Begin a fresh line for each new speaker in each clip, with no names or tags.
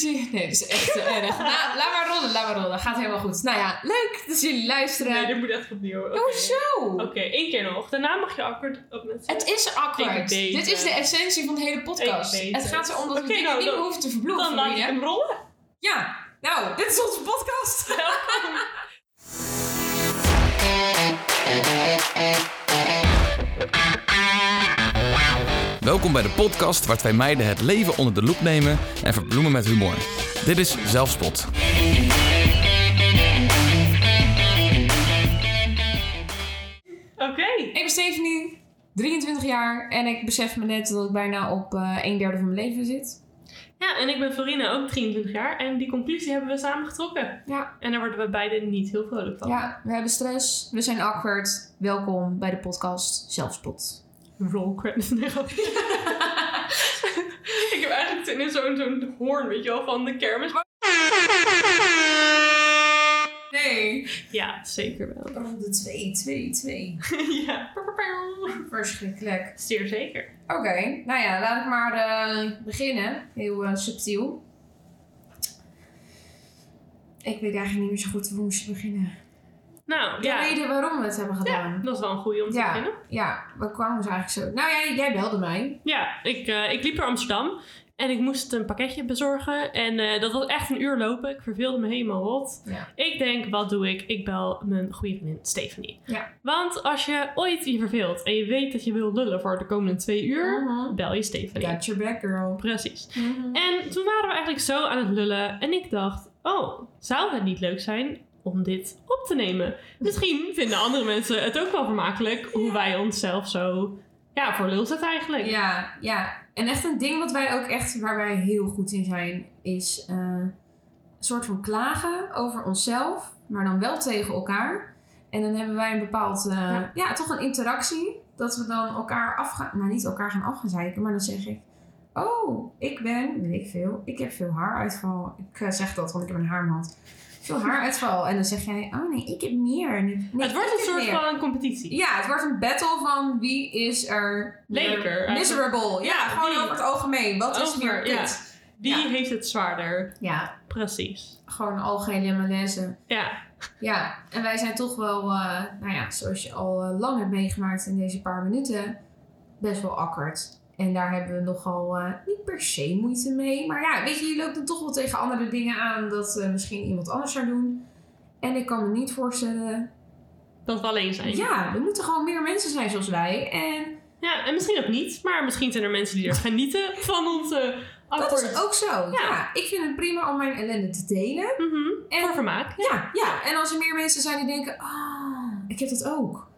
jullie... Nee, dat is echt eh, erg. Nou, laat maar rollen, laat maar rollen. Gaat helemaal goed. Nou ja, leuk dat jullie luisteren.
Nee, dit moet echt opnieuw.
Oh,
Oké.
Hoezo?
Oké, één keer nog. Daarna mag je awkward op mensen.
Het is
Ik
awkward.
weet
Dit is
het.
de essentie van de hele podcast.
Ik weet
Het
het.
gaat erom dat we
Oké,
dingen
nou,
niet
dan-
meer hoeven te
Dan
verbloemen.
laat je
vrienden.
hem rollen.
Ja, nou, dit is onze podcast.
Welkom bij de podcast waar twee meiden het leven onder de loep nemen en verbloemen met humor. Dit is Zelfspot.
Oké.
Ik ben Stephanie, 23 jaar en ik besef me net dat ik bijna op eh een derde van mijn leven zit.
Ja, en ik ben Florina, ook 23 jaar. En die conclusie hebben we samen getrokken.
Ja.
En daar worden we beiden niet heel vrolijk van.
Ja, we hebben stress, we zijn awkward. Welkom bij de podcast Zelfspot.
Roll credits. Nee, grapje. ik heb eigenlijk zin in zo'n zo'n hoorn, weet je wel, van de kermis. Maar-
Nee.
Ja, zeker wel.
Oh, de 2, 2, 2.
ja.
Verschrikkelijk.
Zeer zeker.
Oké, nou ja, laat ik maar eh, beginnen. Heel eh, subtiel. Ik weet eigenlijk niet meer zo goed hoe we moesten beginnen.
Nou,
De
ja.
reden waarom we het hebben gedaan.
Dat is wel een goede om te
Ja.
beginnen.
Ja, we kwamen dus eigenlijk zo. Nou ja, jij belde mij.
Ja, ik, eh, ik liep door Amsterdam. En ik moest een pakketje bezorgen. En eh, dat was echt een uur lopen. Ik verveelde me helemaal rot.
Ja.
Ik denk, wat doe ik? Ik bel mijn goede vriendin Stephanie.
Ja.
Want als je ooit je verveelt en je weet dat je wil lullen voor de komende twee uur, bel je Stephanie.
Got your back, girl.
Precies. En toen waren we eigenlijk zo aan het lullen en ik dacht, oh, zou het niet leuk zijn om dit op te nemen? Misschien vinden andere mensen het ook wel vermakelijk hoe wij onszelf zo, ja, voor lul zetten eigenlijk.
Ja, ja. En echt een ding wat wij ook echt, waar wij heel goed in zijn, is eh, een soort van klagen over onszelf, maar dan wel tegen elkaar. En dan hebben wij een bepaald, eh, ja.
Ja.
toch een interactie, dat we dan elkaar afgaan, nou niet elkaar gaan afgezeiken, maar dan zeg ik, oh, ik ben, weet ik veel, ik heb veel haaruitval. Ik eh, zeg dat, want ik heb een haarmand. Veel haaruitval. En dan zeg jij, oh nee, ik heb meer. En ik- nee,
het wordt
ik
een
heb
soort
meer.
van een competitie.
Ja, het wordt een battle van wie is er
Lelijker.
miserable. Ja,
Ja,
gewoon
wie-
over het algemeen. Wat is
Over,
meer
ja.
kut?
Wie
Ja.
heeft het zwaarder?
Ja,
Precies.
gewoon algehele malaise.
Ja,
Ja, en wij zijn toch wel, eh, nou ja, zoals je al eh, lang hebt meegemaakt in deze paar minuten, best wel akkerd. En daar hebben we nogal eh, niet per se moeite mee. Maar ja, weet je, je loopt dan toch wel tegen andere dingen aan dat eh, misschien iemand anders zou doen. En ik kan me niet voorstellen.
dat we alleen zijn.
Ja, er moeten gewoon meer mensen zijn zoals wij. En
Ja, en misschien ook niet, maar misschien zijn er mensen die er genieten van onze
Dat
akkoord.
is ook zo. Ja. ik vind het prima om mijn ellende te delen.
Mhm,
En-
Voor vermaak.
Ja, ja. En als er meer mensen zijn die denken, ah, ik heb dat ook.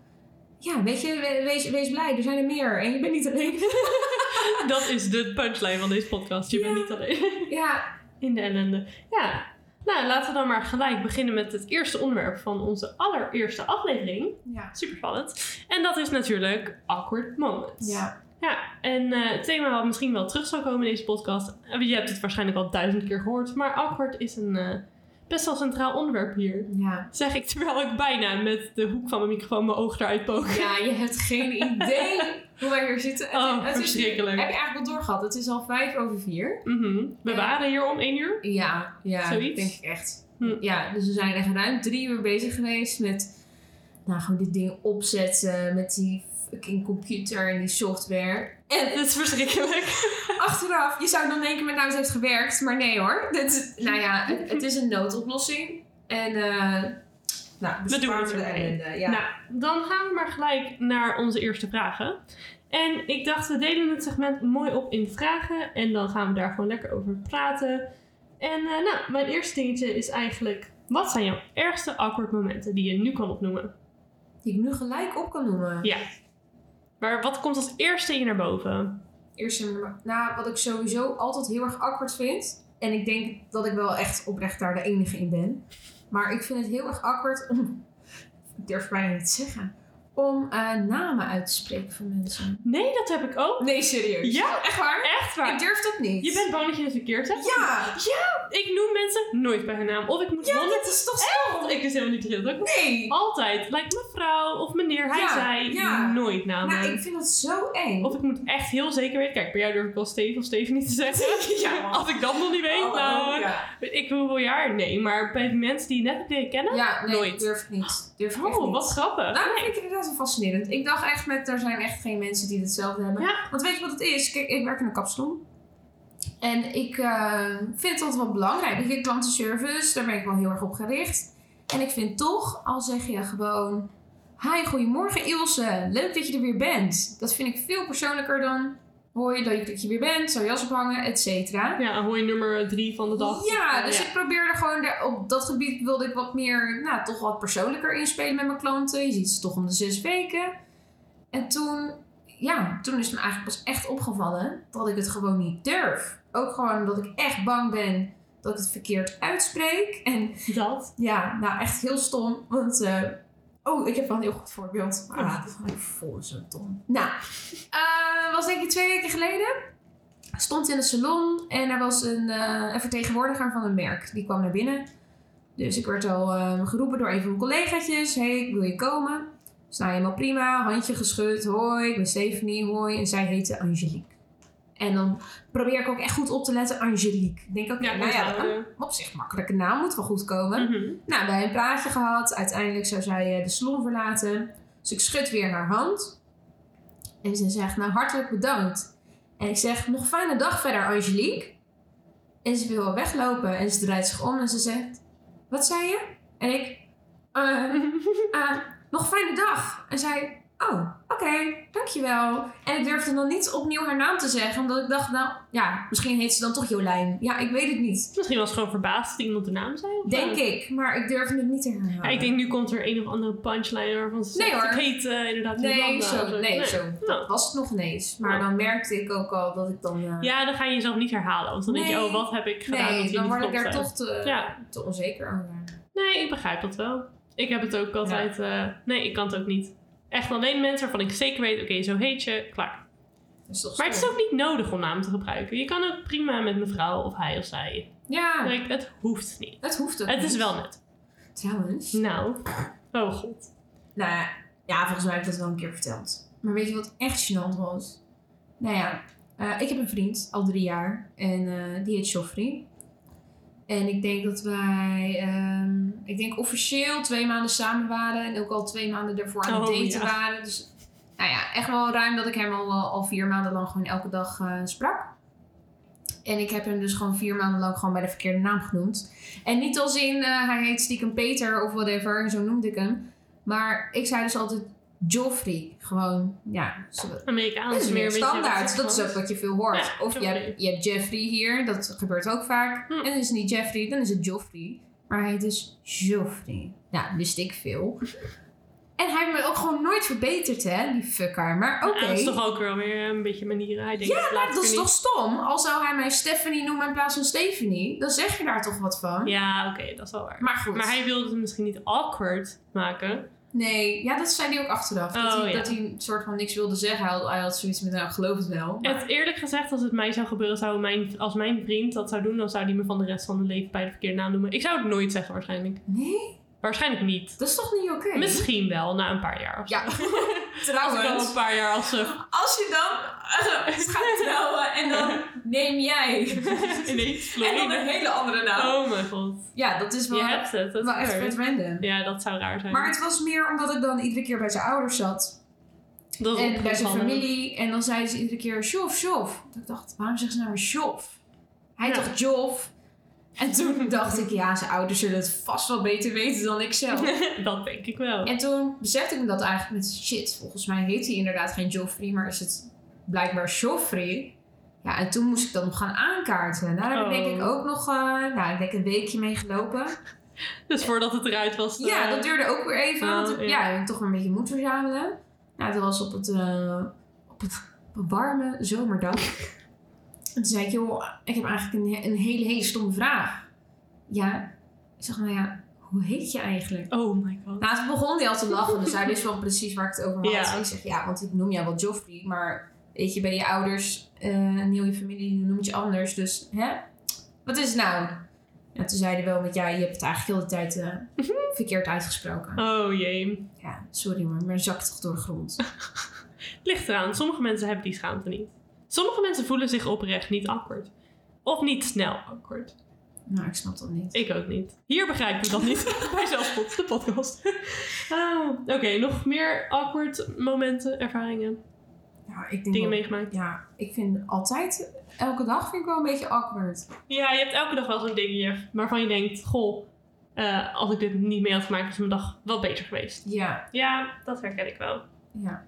Ja, weet je, we- wees, wees blij, er zijn er meer en je bent niet alleen.
Dat is de punchline van deze podcast. Je bent
Ja.
niet alleen
ja,
in de ellende. Ja, nou laten we dan maar gelijk beginnen met het eerste onderwerp van onze allereerste aflevering.
ja,
Super spannend. En dat is natuurlijk awkward moments.
ja.
Ja, en eh, het thema wat misschien wel terug zou komen in deze podcast. eh, Je hebt het waarschijnlijk al duizend keer gehoord, maar awkward is een eh, best wel centraal onderwerp hier.
ja.
Zeg ik terwijl ik bijna met de hoek van mijn microfoon mijn oog eruit pook.
Ja, je hebt geen idee hoe wij hier zitten. Het-
Oh,
het is, heb
verschrikkelijk.
je eigenlijk al doorgehad? Het is al vijf over vier.
Mhm. We
Ja.
waren hier om één uur.
Ja, ja.
Zoiets?
Denk ik echt.
Hm.
Ja, dus we zijn echt ruim drie uur bezig geweest met... Nou, gewoon dit ding opzetten met die fucking computer en die software. En
Het is verschrikkelijk.
Achteraf, je zou dan denken, met nou het heeft gewerkt, maar nee hoor. Dit, nou ja, het, het is een noodoplossing. En eh nou,
We doen
sparen
het
de
ermee.
ellende, Ja.
Nou, dan gaan we maar gelijk naar onze eerste vragen. En ik dacht, we delen het segment mooi op in vragen. En dan gaan we daar gewoon lekker over praten. En eh, nou, mijn eerste dingetje is eigenlijk... Wat zijn jouw ergste awkward momenten die je nu kan opnoemen?
Die ik nu gelijk op kan noemen.
Ja. Maar wat komt als eerste hier naar boven?
Eerst een, nou, wat ik sowieso altijd heel erg awkward vind. En ik denk dat ik wel echt oprecht daar de enige in ben. Maar ik vind het heel erg awkward om, ik durf bijna niet te zeggen, om eh, namen uit te spreken van mensen.
Nee, dat heb ik ook.
Nee, serieus.
Ja,
Echt waar?
echt? Echt waar.
Ik durf dat niet.
Je bent bang dat je het verkeerd hebt?
Ja!
Ik noem mensen nooit bij hun naam. Of ik moet
Ja,
honderd... Oh,
dat is toch stom?
Ik is helemaal niet heel druk.
Nee!
Altijd. Lijkt mevrouw of meneer, hij,
Ja,
zij.
ja.
Nooit namen.
Nou, ik vind dat zo eng.
Of ik moet echt heel zeker weten. Kijk, bij jou durf ik wel Steve of Steve niet te zeggen.
Ja.
Als ik dat nog niet weet,
Oh,
nou...
ja.
weet Ik hoeveel jaar? Nee, maar bij de mensen die je net hebt leren kennen...
Ja, nee,
Nooit.
durf ik niet. Durf ik echt
oh,
niet.
wat grappig.
Nou, dat vind ik inderdaad wel fascinerend. Ik dacht echt met, er zijn echt geen mensen die hetzelfde hebben.
Ja.
Want weet je wat het is? Kijk, ik werk in een kapsalon. En ik eh, vind dat wel belangrijk. Ik heb klantenservice, daar ben ik wel heel erg op gericht. En ik vind toch, al zeg je gewoon... Hi, goedemorgen Ilse. Leuk dat je er weer bent. Dat vind ik veel persoonlijker dan... Hoor je dat je weer bent, zou je jas ophangen, et cetera.
Ja, hoor je nummer drie van de dag. Eh,
Ja, dus
Ja.
ik probeerde gewoon daar- op dat gebied wilde ik wat meer, nou, toch wat persoonlijker inspelen met mijn klanten. Je ziet ze toch om de zes weken. En toen, ja, toen is het me eigenlijk pas echt opgevallen dat ik het gewoon niet durf. Ook gewoon omdat ik echt bang ben dat ik het verkeerd uitspreek. En
Dat.
ja, nou echt heel stom. Want, eh, oh, ik heb wel een heel goed voorbeeld. Maar
Oh.
dat is wel voor zo'n dom. Nou, eh, was denk ik twee weken geleden. Stond in de salon en er was een, eh, een vertegenwoordiger van een merk. Die kwam naar binnen. Dus ik werd al eh, geroepen door een van mijn collegaatjes. hey, ik wil je komen? Dus nou, helemaal prima. Handje geschud. Hoi, ik ben Stephanie. Hoi. En zij heette Angelique. En dan probeer ik ook echt goed op te letten. Angelique. Ik denk ook,
Ja,
nou ja,
onthouden.
op zich makkelijke naam moet wel goed komen.
Mhm.
Nou, wij een praatje gehad. Uiteindelijk zou zij eh, de salon verlaten. Dus ik schud weer haar hand. En ze zegt, nou hartelijk bedankt. En ik zeg, nog fijne dag verder Angelique. En ze wil wel weglopen. En ze draait zich om en ze zegt, wat zei je? En ik, eh, eh, nog fijne dag. En zij, oh, oké, dankjewel. En ik durfde dan niet opnieuw haar naam te zeggen. Omdat ik dacht, nou ja, misschien heet ze dan toch Jolijn. Ja, ik weet het niet.
Misschien was ze gewoon verbaasd dat iemand de naam zei. of
Denk
zo.
ik, maar ik durfde het niet te herhalen.
Ja, ik denk nu komt er een of andere punchline waarvan ze
Nee,
zegt,
hoor.
ik heet eh, inderdaad
Nee,
Jolanda of
zo, nee, zo.
Nou.
Was het nog ineens. Maar
Ja.
dan merkte ik ook al dat ik dan... eh,
Ja, dan ga je jezelf niet herhalen. Want dan denk je,
Nee.
oh, wat heb ik gedaan dat
nee,
hier
dan
niet
word ik
klopt,
daar
hè?
toch te,
Ja,
te onzeker over.
nee, ik begrijp dat wel. Ik heb het ook altijd... eh, nee, ik kan het ook niet. Echt alleen mensen waarvan ik zeker weet, oké, zo heet je, klaar.
Dus dat
Maar het is
stom.
ook niet nodig om naam te gebruiken. Je kan ook prima met mevrouw of hij of zij.
Ja,
Kijk, het hoeft niet.
het hoeft ook
Het is
niet.
wel net.
Trouwens.
Nou, oh god.
Nou ja, ja, volgens mij heb ik dat wel een keer verteld. Maar weet je wat echt gênant was? Nou ja, eh, ik heb een vriend, al drie jaar. En eh, die heet Joffrey. En ik denk dat wij, ehm, ik denk officieel twee maanden samen waren. En ook al twee maanden daarvoor aan het
Oh,
daten
ja.
waren. Dus nou ja, echt wel ruim dat ik hem al, eh, al vier maanden lang gewoon elke dag eh, sprak. En ik heb hem dus gewoon vier maanden lang gewoon bij de verkeerde naam genoemd. En niet als in, eh, hij heet stiekem Peter of whatever, zo noemde ik hem. Maar ik zei dus altijd Joffrey. Gewoon, ja. zo-
Amerikaans
Dat is meer
een beetje
standaard.
wat
Dat is ook
Frans.
wat je veel hoort.
Ja,
of je
Joffrey.
hebt, je hebt Jeffrey hier, dat gebeurt ook vaak.
Hm.
En dan is het niet Jeffrey, dan is het Joffrey. Maar hij heet dus Joffrey. Nou, wist ik veel. En hij heeft me ook gewoon nooit verbeterd, hè, die fucker. Maar oké.
Ja, dat is toch ook wel weer een beetje manieren. Hij denkt,
Ja,
laat
maar
ik
dat
er
is
niet-
toch stom? Al zou hij mij Stephanie noemen in plaats van Stephanie, dan zeg je daar toch wat van?
Ja, oké, dat is wel waar.
Maar goed.
Maar hij wilde het misschien niet awkward maken.
Nee, ja, dat zei hij ook achteraf. dat,
Oh,
hij,
ja.
dat hij een soort van niks wilde zeggen. Hij had, hij had zoiets met, nou, ik geloof het wel. Maar-
Het, eerlijk gezegd, als het mij zou gebeuren, zou mijn, als mijn vriend dat zou doen, dan zou die me van de rest van mijn leven bij de verkeerde naam noemen. Ik zou het nooit zeggen, waarschijnlijk.
Nee,
Waarschijnlijk niet.
dat is toch niet oké?
Misschien wel, na een paar jaar of zo.
Ja,
Als ik al
trouwens.
een paar jaar als ze
Als je dan eh, gaat trouwen en dan neem jij.
ineens
en dan een
vloeien.
hele andere naam.
Oh mijn god.
Ja, dat is wel,
Je hebt het. Dat
wel echt vet
gebeurt.
random.
ja, dat zou raar zijn.
Maar het was meer omdat ik dan iedere keer bij zijn ouders zat.
dat is
En bij zijn
opgevallen.
familie. En dan zeiden ze iedere keer Sjof, Sjof. Dat ik dacht, waarom zeggen ze nou weer Sjof? Hij
Ja.
dacht Jof. En toen dacht ik, ja, zijn ouders zullen het vast wel beter weten dan ik zelf.
dat denk ik wel.
en toen besefte ik me dat eigenlijk met shit. Volgens mij heet hij inderdaad geen Joffrey, maar is het blijkbaar Joffrey. Ja, en toen moest ik dat nog gaan aankaarten. En daar heb ik
Oh.
denk ik ook nog eh, nou, ik denk een weekje mee gelopen.
Dus voordat het eruit was.
Ja,
eh,
dat duurde ook weer even.
Oh,
want ik,
ja.
ja. ik heb toch weer een beetje moed verzamelen. Nou, dat was op het, eh, op het warme zomerdag. En toen zei ik, joh, ik heb eigenlijk een, een hele, hele stomme vraag. Ja, ik zeg, nou ja, hoe heet je eigenlijk?
Oh my god.
Nou, toen begon hij al te lachen, dus hij wist wel precies waar ik het over had.
Ja.
Ik zeg, ja, want ik noem jou wel Joffrey, maar Weet je, bij je ouders eh, een heel je familie noemt je anders. Dus hè? Wat is het nou? Ja, toen zeiden wel met ja, je hebt het eigenlijk heel de tijd eh,
Mhm.
verkeerd uitgesproken.
Oh jee.
Ja, sorry maar, maar zak toch door de grond.
Ligt eraan. Sommige mensen hebben die schaamte niet. Sommige mensen voelen zich oprecht niet awkward. Of niet snel awkward.
nou, ik snap dat niet.
Ik ook niet. Hier begrijpen we dat niet. Bij Zelfspot, de podcast. Ah, Oké, nog meer awkward momenten, ervaringen,
Ja, ik denk
dingen
wel-
meegemaakt.
ja, ik vind altijd, elke dag vind ik wel een beetje awkward.
Ja, je hebt elke dag wel zo'n dingetje waarvan je denkt, goh, eh, als ik dit niet mee had gemaakt, was mijn dag wel beter geweest.
Ja,
Ja, dat herken ik wel.
ja.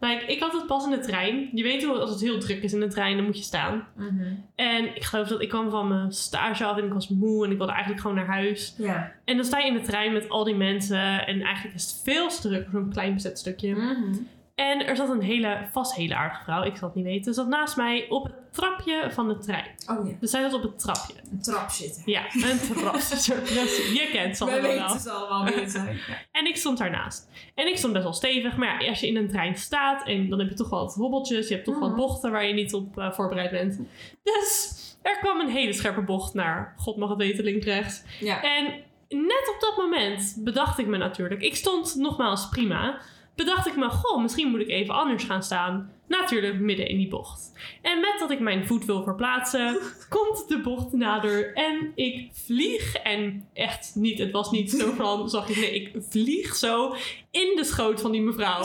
Like, ik had het pas in de trein. Je weet hoe als het heel druk is in de trein, dan moet je staan.
Mhm.
En ik geloof dat ik kwam van mijn stage af en ik was moe en ik wilde eigenlijk gewoon naar huis.
Ja.
En dan sta je in de trein met al die mensen en eigenlijk is het veel te druk voor een klein bezet stukje.
Mhm.
En er zat een hele, vast hele aardige vrouw, ik zal het niet weten, zat naast mij op het trapje van de trein.
Oh ja,
Dus zij zat op het trapje.
een trap zitten.
Ja, een terras. Zo, yes, je kent ze
We
allemaal
weten
wel.
het allemaal niet. Ja.
En ik stond daarnaast. En ik stond best wel stevig. Maar ja, als je in een trein staat, en dan heb je toch wel wat hobbeltjes. Je hebt toch wel wat
Mhm.
bochten waar je niet op eh, voorbereid bent. Dus er kwam een hele scherpe bocht naar, god mag het weten, links, rechts.
ja.
En net op dat moment bedacht ik me natuurlijk. Ik stond nogmaals prima. Bedacht ik me, goh, misschien moet ik even anders gaan staan. Natuurlijk midden in die bocht. En met dat ik mijn voet wil verplaatsen, komt de bocht nader en ik vlieg. En echt niet, het was niet zo van, zag ik, nee, ik vlieg zo in de schoot van die mevrouw.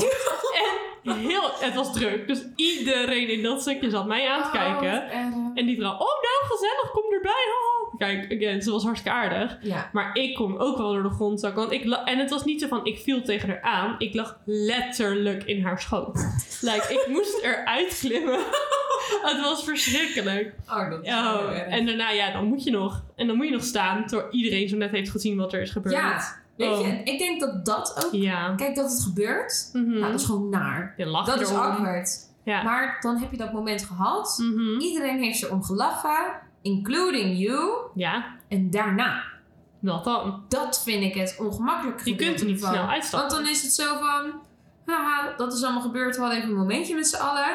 En heel, het was druk, dus iedereen in dat stukje zat mij aan te kijken.
Oh, erg.
En die vrouw, oh nou gezellig, kom erbij. haha." Kijk, again, ze was hartstikke aardig.
ja.
Maar ik kom ook wel door de grond zakken. Want ik la- en het was niet zo van ik viel tegen haar aan. Ik lag letterlijk in haar schoot. like, ik moest eruit klimmen. het was verschrikkelijk.
Oh, dat is heel
Oh,
erg.
en daarna, ja, dan moet je nog. En dan moet je nog staan. Terwijl iedereen zo net heeft gezien wat er is gebeurd.
Ja, weet je, en ik denk dat dat ook...
Oh. Ja.
Kijk, dat het gebeurt,
Mhm.
nou, dat is gewoon naar.
je lacht
Dat is
erom.
awkward.
Ja.
Maar dan heb je dat moment gehad.
Mhm.
Iedereen heeft erom gelachen, including you.
Ja,
En daarna,
wat dan?
dat vind ik het ongemakkelijk
Je kunt er niet
van.
snel uitstappen.
Want dan is het zo van, haha, dat is allemaal gebeurd. We hadden even een momentje met z'n allen.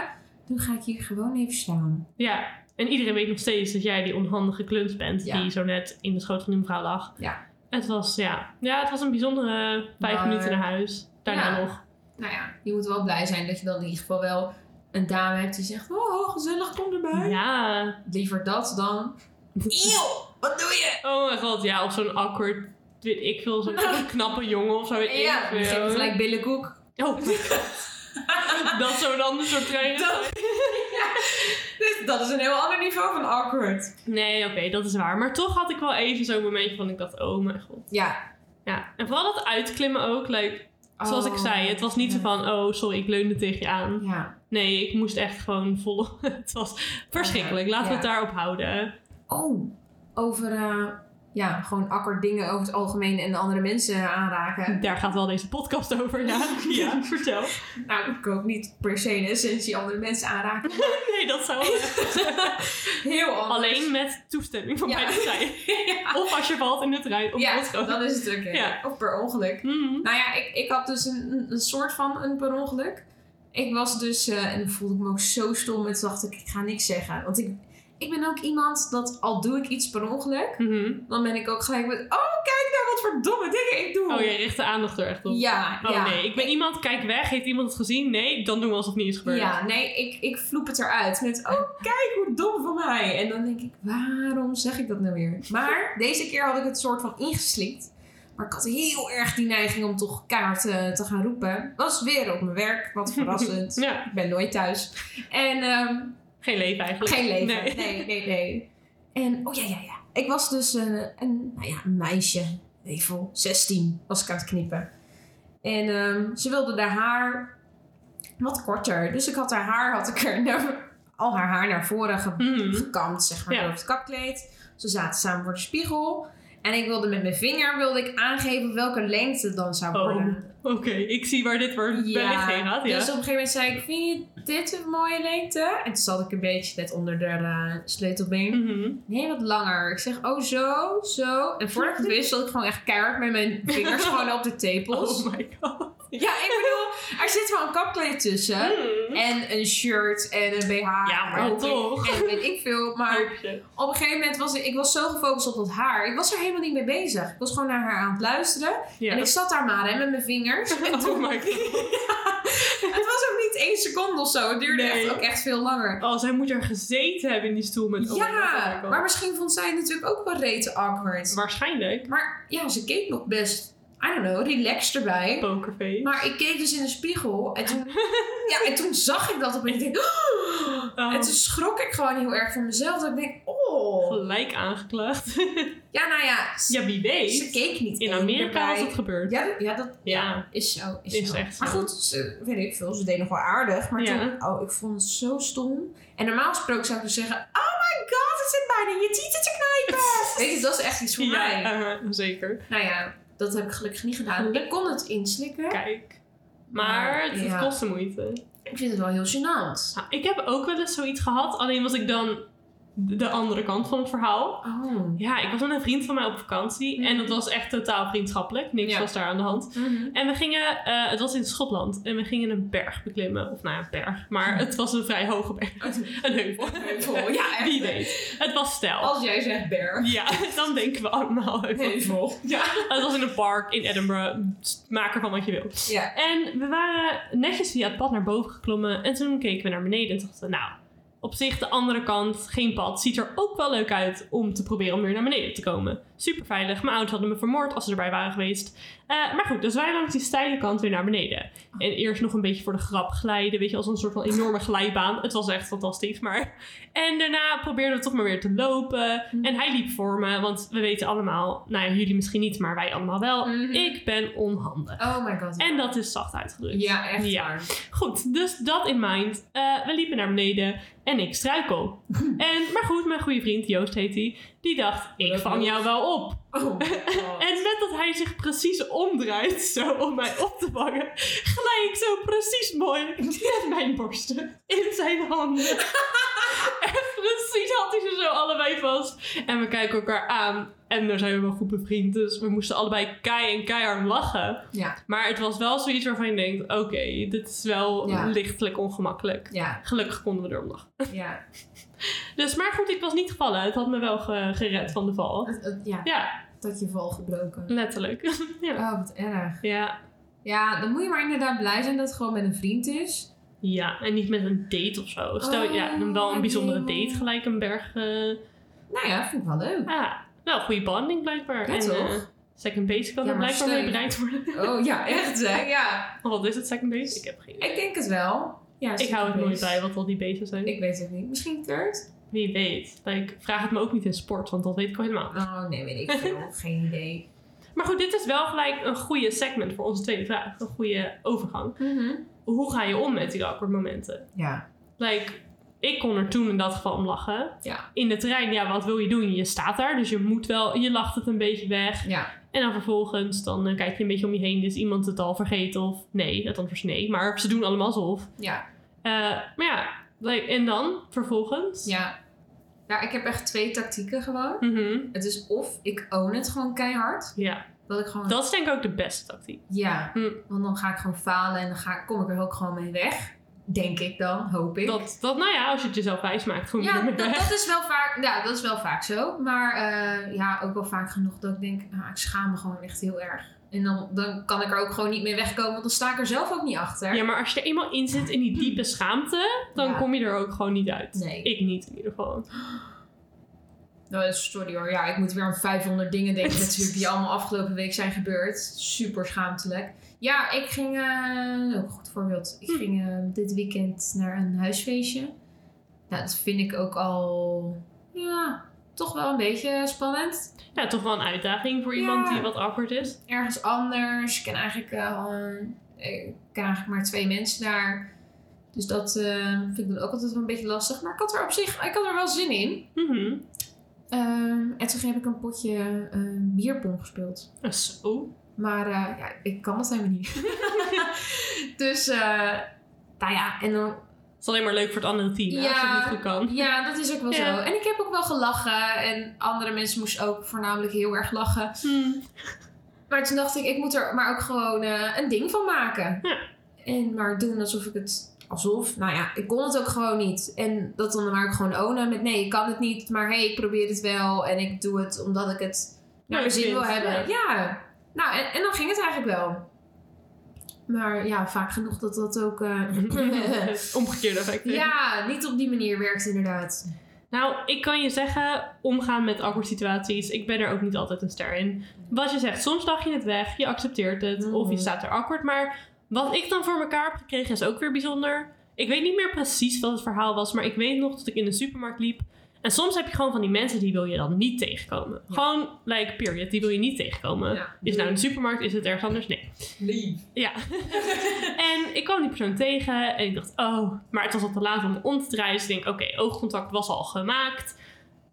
Nu ga ik hier gewoon even staan.
Ja. En iedereen weet nog steeds dat jij die onhandige kluns bent.
Ja.
Die zo net in de schoot van die mevrouw lag.
Ja.
Het was, ja. Ja, het was een bijzondere vijf
Maar-
minuten naar huis. Daarna
Ja.
nog.
Nou ja, je moet wel blij zijn dat je dan in ieder geval wel een dame hebt die zegt, oh, gezellig, kom erbij.
Ja.
Liever dat dan, eeuw, wat doe je?
Oh mijn god, ja. Of zo'n awkward, weet ik veel, zo'n zo'n knappe jongen of zo. Weet
Ja,
ik
geef
veel.
me gelijk billenkoek.
Oh my god. Dat zou een ander soort trainen
Dat-
zijn.
Dus dat is een heel ander niveau van awkward.
Nee, oké, dat is waar. Maar toch had ik wel even zo'n momentje van ik dacht, oh mijn god.
Ja.
Ja. En vooral dat uitklimmen ook, like, zoals
Oh,
ik zei. Het was niet zo van, oh sorry, ik leunde tegen je aan.
Ja.
Nee, ik moest echt gewoon vol. het was verschrikkelijk. Laten we het daarop houden.
Oh, over eh, ja, gewoon awkward dingen over het algemeen en andere mensen aanraken.
Daar gaat wel deze podcast over. Ja, ja vertel.
Nou, ik ook niet per se in essentie andere mensen aanraken.
Nee, dat zou wel echt zijn.
Heel anders.
Alleen met toestemming van
Ja.
beide zijden. Of als je valt in de trein op
ja,
het groot.
dat is het ook. hè.
Ja.
Of per ongeluk.
Mhm.
Nou ja, ik, ik had dus een, een- een soort van een per ongeluk. Ik was dus, eh, en dan voelde ik me ook zo stom. En toen dacht ik, ik ga niks zeggen. Want ik, ik ben ook iemand dat, al doe ik iets per ongeluk,
Mhm.
dan ben ik ook gelijk met, oh kijk nou wat voor domme dingen ik doe.
Oh, jij richt de aandacht er echt op.
Ja,
Oh
ja.
nee, ik ben iemand, kijk weg, heeft iemand het gezien? Nee, dan doen we alsof het niet is gebeurd.
Ja, nee, ik, ik vloep het eruit met, oh kijk hoe dom van mij. En dan denk ik, waarom zeg ik dat nou weer? Maar deze keer had ik het soort van ingeslikt. Maar ik had heel erg die neiging om toch kaart te gaan roepen. Was weer op mijn werk, wat verrassend.
Ja,
Ik ben nooit thuis. En ehm,
geen leven eigenlijk.
geen leven. Nee.
Nee.
nee, nee, En, oh ja, ja, ja. Ik was dus eh, een, nou ja, een meisje. Even 16 was ik aan het knippen. En ehm, ze wilde haar haar wat korter. Dus ik had haar haar, had ik er naar- al haar haar naar voren ge
Mhm.
gekamd, zeg maar,
Ja.
door het kapkleed. Ze zaten samen voor de spiegel. En ik wilde met mijn vinger wilde ik aangeven welke lengte het dan zou
Oh.
worden.
Oké, ik zie waar dit waar wellicht heen gaat. Ja.
Dus op een gegeven moment zei ik, vind je dit een mooie lengte? En toen zat ik een beetje net onder de eh, sleutelbeen.
Mhm.
Nee, wat langer. Ik zeg, oh zo, zo. En voordat ik het wist, zat ik gewoon echt keihard met mijn vingers gewoon op de tepels.
Oh my god.
Ja, ik bedoel, er zit wel een kapkleed tussen.
Hmm.
En een shirt en een BH.
Ja, maar
hoop ik.
toch.
En weet ik veel. Maar op een gegeven moment was ik, ik was zo gefocust op dat haar. Ik was er helemaal niet mee bezig. Ik was gewoon naar haar aan het luisteren.
Ja.
En ik zat daar maar hè, met mijn vingers. En toen-
Oh my god.
het was ook niet één seconde of zo. Het duurde
Nee.
echt, ook echt veel langer.
Oh, zij moet er gezeten hebben in die stoel met oh my god, oh my
ja,
god.
maar misschien vond zij het natuurlijk ook wel rete awkward.
waarschijnlijk
Maar ja, ze keek nog best, I don't know, relaxed erbij.
pokerface.
Maar ik keek dus in de spiegel en toen, ja, en toen zag ik dat opeens. Ik denk, "Oh."
Oh.
En toen schrok ik gewoon heel erg van mezelf. Dat ik denk, oh.
Gelijk aangeklaagd.
Ja, nou ja, ze,
ja, wie
ze
weet.
keek niet
In
één
Amerika
erbij.
is dat gebeurd.
Ja, dat- ja, dat
Ja.
is zo. Is,
Is
zo.
echt
Maar
zo.
goed, ze, weet ik veel, ze deed nog wel aardig. Maar
Ja.
toen, oh, ik vond het zo stom. En normaal gesproken zou ik dus zeggen, oh my god, het zit bijna in je tieten te knijpen. weet je, dat is echt iets voor
Ja,
mij.
eh, zeker.
Nou ja, dat heb ik gelukkig niet gedaan.
Gelukkig.
Ik kon het inslikken.
Kijk. Maar het, het
Ja.
kost de moeite.
Ik vind het wel heel gênant.
Nou, ik heb ook wel eens zoiets gehad, alleen was ik dan de de andere kant van het verhaal.
Oh.
Ja, ik was met een vriend van mij op vakantie en dat was echt totaal vriendschappelijk. Niks
Mhm. Ja.
was daar aan de hand. En we gingen, eh, het was in Schotland, en we gingen een berg beklimmen. Of nou ja, berg, maar het was een vrij hoge berg. Een heuvel.
Heuvel, ja, echt.
Wie weet. Het was stijl.
Als jij zegt berg.
Ja, dan denken we allemaal heuvel.
Heuvel. Ja.
Het was in een park in Edinburgh. Maak ervan wat je wilt.
Ja.
En we waren netjes via het pad naar boven geklommen. En toen keken we naar beneden en dachten we, nou, op zich de andere kant, geen pad. Ziet er ook wel leuk uit om te proberen om weer naar beneden te komen. Super veilig. Mijn ouders hadden me vermoord als ze erbij waren geweest. Eh, maar goed, dus wij langs die steile kant weer naar beneden. En eerst nog een beetje voor de grap glijden. Weet je, als een soort van enorme glijbaan. Het was echt fantastisch, maar... En daarna probeerden we toch maar weer te lopen.
Mhm.
En hij liep voor me, want we weten allemaal... Nou ja, jullie misschien niet, maar wij allemaal wel.
Mhm.
Ik ben onhandig.
Oh my god.
En dat is zacht uitgedrukt.
Ja, echt
Ja.
waar.
Goed, dus dat in mind. Eh, we liepen naar beneden en ik struikel. en, maar goed, mijn goede vriend, Joost heet hij, die dacht, ik
Dat
vang
is-
jou wel op.
Oh my god.
En met dat hij zich precies omdraait, zo om mij op te vangen, glij ik zo precies mooi met mijn borsten in zijn handen. en precies had hij ze zo allebei vast. En we kijken elkaar aan. En daar zijn we wel goed bevriend, dus we moesten allebei kei en keihard lachen.
Ja,
Maar het was wel zoiets waarvan je denkt: oké, dit is wel
Ja.
lichtelijk ongemakkelijk.
ja,
Gelukkig konden we erom lachen.
ja.
Dus, maar goed, ik was niet gevallen. Het had me wel ge- gered van de val.
Het- het- ja,
Ja,
dat je val
Mm.
gebroken.
letterlijk. ja.
Oh, wat erg.
ja.
Ja, dan moet je maar inderdaad blij zijn dat het gewoon met een vriend is.
Ja, en niet met een date of zo. Stel,
Oh,
ja, dan wel een bijzondere
nee.
date gelijk een berg. eh,
Nou ja, vind ik wel leuk.
ah, wel goede bonding blijkbaar.
Ja,
en
toch?
eh, second base kan
Ja,
er
maar
blijkbaar mee
steun.
bereikt worden.
Oh ja, echt hè? Ja.
Of wat is het, second base? Ik heb geen idee.
Ik denk het wel. Ja,
Ik hou het
zeker
nooit
best.
bij wat al die bases zijn.
Ik weet het niet. Misschien third?
Wie weet. Like, vraag het me ook niet in sport, want dat weet ik al helemaal.
Oh nee, weet ik veel. Geen idee.
Maar goed, dit is wel gelijk een goede segment voor onze tweede vraag. Een goede overgang. Hoe ga je om met die awkward momenten?
Ja.
Like, ik kon er toen in dat geval om lachen.
Ja.
In de trein, ja, wat wil je doen? Je staat daar, dus je moet wel, je lacht het een beetje weg.
Ja.
En dan vervolgens, dan eh, kijk je een beetje om je heen. Is iemand het al vergeten of nee, het antwoord is nee. Maar ze doen allemaal alsof.
Ja.
Eh, maar ja, like, en dan vervolgens?
Ja. Nou, ik heb echt twee tactieken gewoon.
Mhm.
Het is of ik own het gewoon keihard.
ja.
Dat ik gewoon...
Dat is denk ik ook de beste tactiek.
Ja.
Hm.
Want dan ga ik gewoon falen en dan ga, ik- kom ik er ook gewoon mee weg. Denk ik dan, hoop ik.
Dat, dat, nou ja, als je het jezelf wijs maakt, kom je
ja,
ermee
dat,
weg.
dat is wel vaak, ja, dat is wel vaak zo. Maar eh, ja, ook wel vaak genoeg dat ik denk, nou, ik schaam me gewoon echt heel erg. En dan, dan kan ik er ook gewoon niet mee wegkomen, want dan sta ik er zelf ook niet achter.
Ja, maar als je er eenmaal in zit in die diepe schaamte, dan
Ja.
kom je er ook gewoon niet uit.
Nee.
Ik niet in ieder geval.
Nou, sorry hoor, ja, ik moet weer aan 500 dingen denken natuurlijk die allemaal afgelopen week zijn gebeurd. Super schaamtelijk. Ja, ik ging, eh, ook een goed voorbeeld, ik
Hm.
ging eh, dit weekend naar een huisfeestje. Nou, dat vind ik ook al, ja, toch wel een beetje spannend.
Ja, toch wel een uitdaging voor iemand
Ja.
die wat awkward is.
ergens anders. Ik ken eigenlijk, eh, ik ken eigenlijk maar twee mensen daar. Dus dat eh, vind ik dan ook altijd wel een beetje lastig. Maar ik had er op zich ik had er wel zin in.
Mhm.
Ehm, en toen heb ik een potje eh, bierpong gespeeld.
Eh, Zo.
Maar eh, ja, ik kan dat helemaal niet. dus, eh, nou ja, en dan,
Het is alleen maar leuk voor het andere team, hè, als je
Ja.
het niet goed kan.
ja, dat is ook wel
Ja.
zo. En ik heb ook wel gelachen. En andere mensen moesten ook voornamelijk heel erg lachen.
Hm.
Maar toen dacht ik, ik moet er maar ook gewoon eh, een ding van maken.
Ja.
En maar doen alsof ik het... Alsof, nou ja, ik kon het ook gewoon niet. En dat dan maar ook gewoon ownen met nee, ik kan het niet. Maar hé, hey, ik probeer het wel. En ik doe het omdat ik het naar
Leuk
mijn zin wil
vindt,
hebben. Ja. Nou, en, en dan ging het eigenlijk wel. Maar ja, vaak genoeg dat dat ook... eh,
Het Omgekeerde effect.
ja, niet op die manier werkt inderdaad.
Nou, ik kan je zeggen, omgaan met awkward situaties. Ik ben er ook niet altijd een ster in. Wat je zegt, soms lach je het weg, je accepteert het
Mhm.
of je staat er awkward. Maar wat ik dan voor elkaar heb gekregen is ook weer bijzonder. Ik weet niet meer precies wat het verhaal was, maar ik weet nog dat ik in de supermarkt liep. En soms heb je gewoon van die mensen die wil je dan niet tegenkomen.
Ja.
Gewoon, like, period, die wil je niet tegenkomen.
Ja.
Is het nou in de supermarkt, is het ergens anders? Nee.
Lief.
Ja. en ik kwam die persoon tegen en ik dacht, oh, maar het was al te laat om me om te draaien. Dus ik denk, oké, oogcontact was al gemaakt.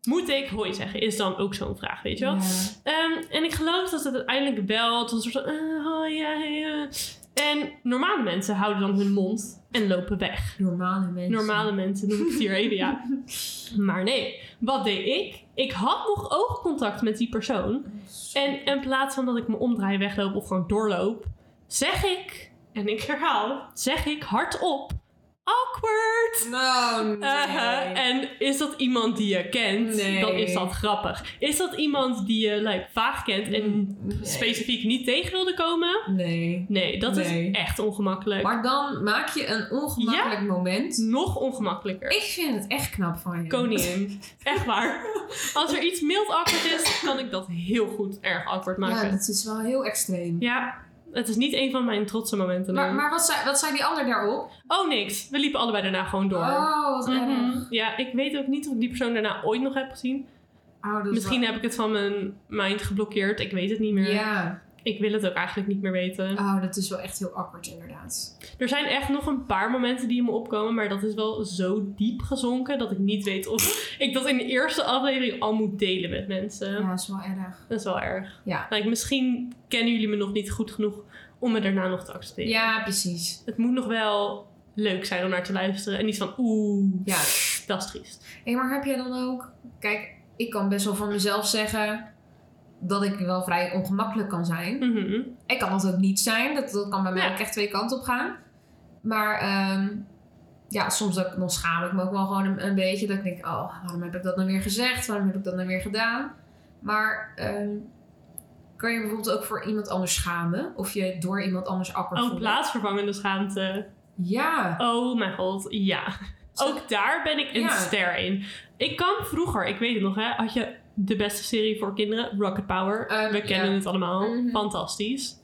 Moet ik hoi zeggen? Is dan ook zo'n vraag, weet je wel? Ehm, en ik geloof dat het uiteindelijk wel, het was een soort van, eh, hoi, ja, hey, eh. En normale mensen houden dan hun mond en lopen weg.
Normale mensen.
Normale mensen noem ik het hier even, ja. Maar nee, wat deed ik? Ik had nog oogcontact met die persoon. En in plaats van dat ik me omdraai, wegloop of gewoon doorloop, zeg ik, en ik herhaal, zeg ik hardop, awkward.
No, nee.
Uh-huh. En is dat iemand die je kent,
Nee.
dan is dat grappig. Is dat iemand die je like, vaag kent en
Mm. Nee.
specifiek niet tegen wilde komen?
Nee.
Nee, dat
Nee.
is echt ongemakkelijk.
Maar dan maak je een ongemakkelijk moment.
Nog ongemakkelijker.
Ik vind het echt knap van je.
Koningin. Echt waar. Als er iets mild awkward is, kan ik dat heel goed erg awkward
Ja,
maken.
dat is wel heel extreem.
Ja, het is niet een van mijn trotse momenten.
Maar,
nee.
maar wat, zei, wat zei die ander daarop?
Oh, niks. We liepen allebei daarna gewoon door.
Oh, wat
Mhm.
erg.
Ja, ik weet ook niet of ik die persoon daarna ooit nog heb gezien.
Oh, dat is
Misschien
wel-
heb ik het van mijn mind geblokkeerd. Ik weet het niet meer.
Ja,
Ik wil het ook eigenlijk niet meer weten.
oh, dat is wel echt heel awkward inderdaad.
Er zijn echt nog een paar momenten die in me opkomen, maar dat is wel zo diep gezonken dat ik niet weet of ik dat in de eerste aflevering al moet delen met mensen.
Ja, dat is wel erg.
Dat is wel erg.
Ja.
Like, misschien kennen jullie me nog niet goed genoeg om me daarna nog te accepteren.
Ja, precies.
Het moet nog wel leuk zijn om naar te luisteren. En niet van oeh,
Ja.
dat is triest.
Hé, maar heb jij dan ook... Kijk, ik kan best wel van mezelf zeggen dat ik wel vrij ongemakkelijk kan zijn.
Mhm.
Ik kan dat ook niet zijn. Dat, dat kan bij mij
Ja.
ook echt twee kanten op gaan. Maar ehm, ja, soms ook, dan schaam ik me ook wel gewoon een, een beetje. Dat ik denk, oh, waarom heb ik dat dan weer gezegd? Waarom heb ik dat dan weer gedaan? Maar ehm, kan je bijvoorbeeld ook voor iemand anders schamen? Of je door iemand anders akker
Oh,
voelen?
plaatsvervangende schaamte.
Ja.
Oh mijn god, ja. Ook daar ben ik een
Ja.
ster in. Ik kan vroeger, ik weet het nog hè, had je de beste serie voor kinderen, Rocket Power.
Ehm,
We kennen
ja.
het allemaal.
Mhm.
Fantastisch.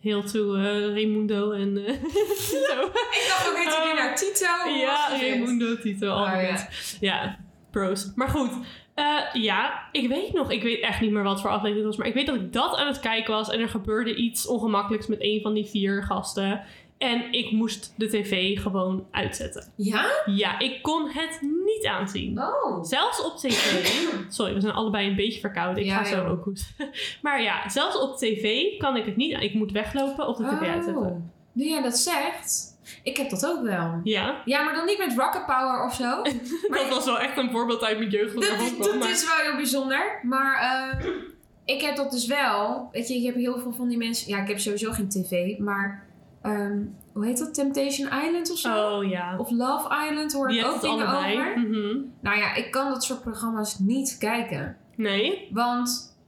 Heel toe eh, Raimundo en eh, zo.
Ik dacht ook heet hij nu naar Tito.
Ja,
Was het?
Raimundo Tito
Oh,
Alvarez. ja. pros. Maar goed. eh, ja, ik weet nog. Ik weet echt niet meer wat voor aflevering het was. Maar ik weet dat ik dat aan het kijken was. En er gebeurde iets ongemakkelijks met een van die vier gasten. En ik moest de tv gewoon uitzetten.
Ja?
Ja, ik kon het niet aanzien.
Oh.
Zelfs op tv. Sorry, we zijn allebei een beetje verkouden. Ik
Ja,
ga zo
joh.
ook goed. Maar ja, zelfs op tv kan ik het niet aan. Ik moet weglopen of de tv uitzetten.
Oh. Nu jij dat zegt, ik heb dat ook wel.
Ja,
Ja, maar dan niet met rocket power of zo. Maar
dat was wel echt een voorbeeld uit mijn jeugd. wat
Dat,
daarvan
is,
kwam,
dat
maar-
is wel heel bijzonder. Maar eh, ik heb dat dus wel. Weet je, ik heb heel veel van die mensen. Ja, ik heb sowieso geen tv, maar ehm, hoe heet dat? Temptation Island of zo?
Oh ja.
Of Love Island hoor
Die
ik
hebt
ook
het
dingen
allebei.
over.
Mhm.
Nou ja, ik kan dat soort programma's niet kijken.
Nee,
Want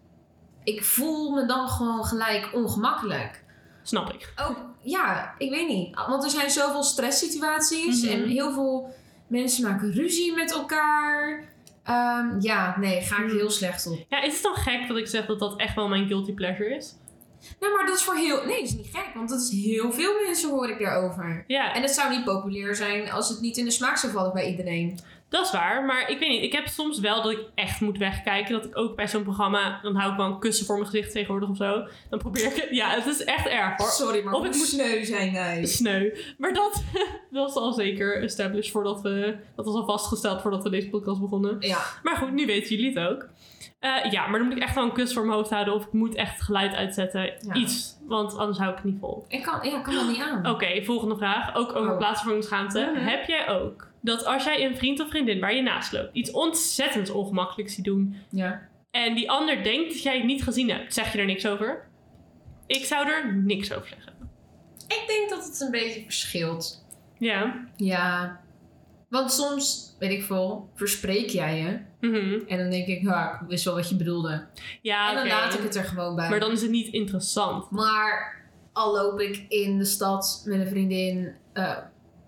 ik voel me dan gewoon gelijk ongemakkelijk.
snap ik.
Ook, ja, ik weet niet. Want er zijn zoveel stresssituaties
Mhm.
en heel veel mensen maken ruzie met elkaar. Ehm, ja, nee, ga ik
Mm.
heel slecht op.
Ja, is het dan gek dat ik zeg dat dat echt wel mijn guilty pleasure is?
Nee, maar dat is voor heel. Nee, dat is niet gek, want dat is heel veel mensen hoor ik daarover.
Ja,
En het zou niet populair zijn als het niet in de smaak zou vallen bij iedereen.
dat is waar. Maar ik weet niet, ik heb soms wel dat ik echt moet wegkijken. Dat ik ook bij zo'n programma, dan hou ik wel een kussen voor mijn gezicht tegenwoordig of zo. Dan probeer ik het. Ja, het is echt erg hoor.
Sorry, maar
Of ik Dus-
hoe
moet-
sneu zijn wij.
Sneu. Maar dat was al zeker established voordat we... Dat was al vastgesteld voordat we deze podcast begonnen.
Ja,
Maar goed, nu weten jullie het ook. Eh, ja, maar dan moet ik echt wel een kus voor mijn hoofd houden. Of ik moet echt het geluid uitzetten.
Ja.
Iets. Want anders hou ik het niet vol.
ik kan, ja, ik kan dat niet aan.
Oké, volgende vraag. Ook over
Oh.
plaatsvervangingsschaamte.
Mhm.
Heb jij ook dat als jij een vriend of vriendin waar je naast loopt iets ontzettend ongemakkelijks ziet doen
Ja.
en die ander denkt dat jij het niet gezien hebt, zeg je er niks over? Ik zou er niks over zeggen.
Ik denk dat het een beetje verschilt.
Ja.
Ja. Want soms, weet ik veel, verspreek jij je.
Mhm.
En dan denk ik, ja, ik wist wel wat je bedoelde.
Ja,
en dan
oké.
laat ik het er gewoon bij.
Maar dan is het niet interessant.
Maar al loop ik in de stad met een vriendin eh,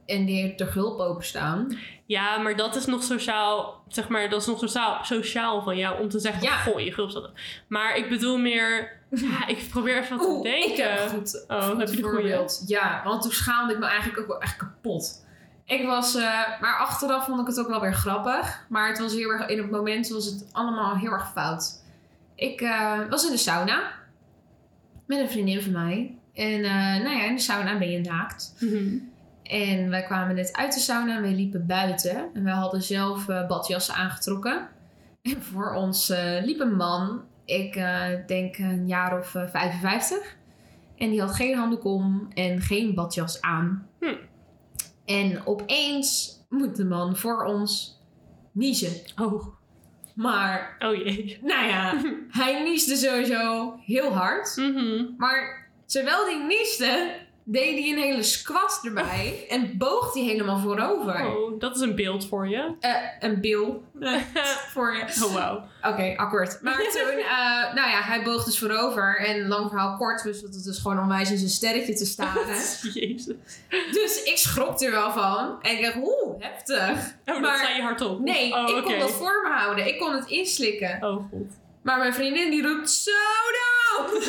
en die heeft er hulp openstaan.
Ja, maar dat is nog sociaal, zeg maar, dat is nog sociaal, sociaal van jou om te zeggen,
Ja.
goh, je gulp dat. Maar ik bedoel meer, ja, ik probeer even wat te
ik heb
denken.
een goed,
oh, heb
goed
je de goede?
voorbeeld. Ja, want toen schaamde ik me eigenlijk ook wel echt kapot. Ik was, eh, maar achteraf vond ik het ook wel weer grappig. Maar het was heel erg, in het moment was het allemaal heel erg fout. Ik eh, was in de sauna met een vriendin van mij. En eh, nou ja, in de sauna ben je naakt.
Mhm.
En wij kwamen net uit de sauna en we liepen buiten. En wij hadden zelf eh, badjassen aangetrokken. En voor ons eh, liep een man, ik eh, denk een jaar of eh, 55. En die had geen handdoek om en geen badjas aan.
Hm.
En opeens moet de man voor ons niezen.
Oh,
Maar,
oh jee.
nou ja, hij nieste sowieso heel hard.
Mhm.
Maar terwijl die nieste, deed hij een hele squat erbij en boog hij helemaal voorover.
Oh, dat is een beeld voor je.
Eh, een bil voor je.
Oh, wauw.
Oké, akkoord. Maar toen, eh, nou ja, hij boog dus voorover. En lang verhaal kort, dus dat het dus gewoon onwijs in zijn sterretje te staren.
Jezus.
dus ik schrok er wel van. En ik dacht, oeh, heftig.
Oh, dat
Maar-
zei je hardop.
Nee,
oh,
ik
oké.
kon dat voor me houden. Ik kon het inslikken.
Oh, god.
Maar mijn vriendin die roept, zo nou!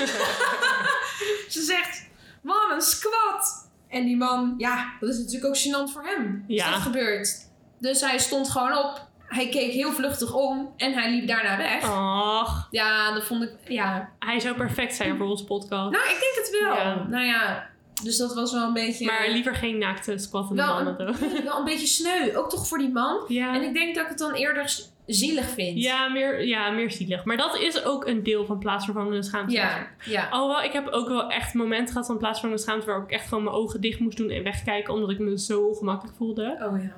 Ze zegt, man, een squat. En die man, ja, dat is natuurlijk ook gênant voor hem. Is
Ja.
dat gebeurd? Dus hij stond gewoon op. Hij keek heel vluchtig om en hij liep daarna weg.
Oh. Ach,
Ja, dat vond ik, ja.
hij zou perfect zijn voor onze podcast.
Nou, ik denk het wel.
Ja.
Nou ja, dus dat was wel een beetje...
Maar liever geen naakte squattende
Wel een-
mannen, toch?
Wel een beetje sneu, ook toch voor die man.
Ja.
En ik denk dat ik het dan eerder s- zielig vind.
Ja, meer, ja, meer zielig. Maar dat is ook een deel van plaatsvervangende schaamte.
Ja, ja.
Oh, wel, ik heb ook wel echt momenten gehad van plaatsvervangende schaamte waarop ik echt gewoon mijn ogen dicht moest doen en wegkijken omdat ik me zo ongemakkelijk voelde.
Oh ja.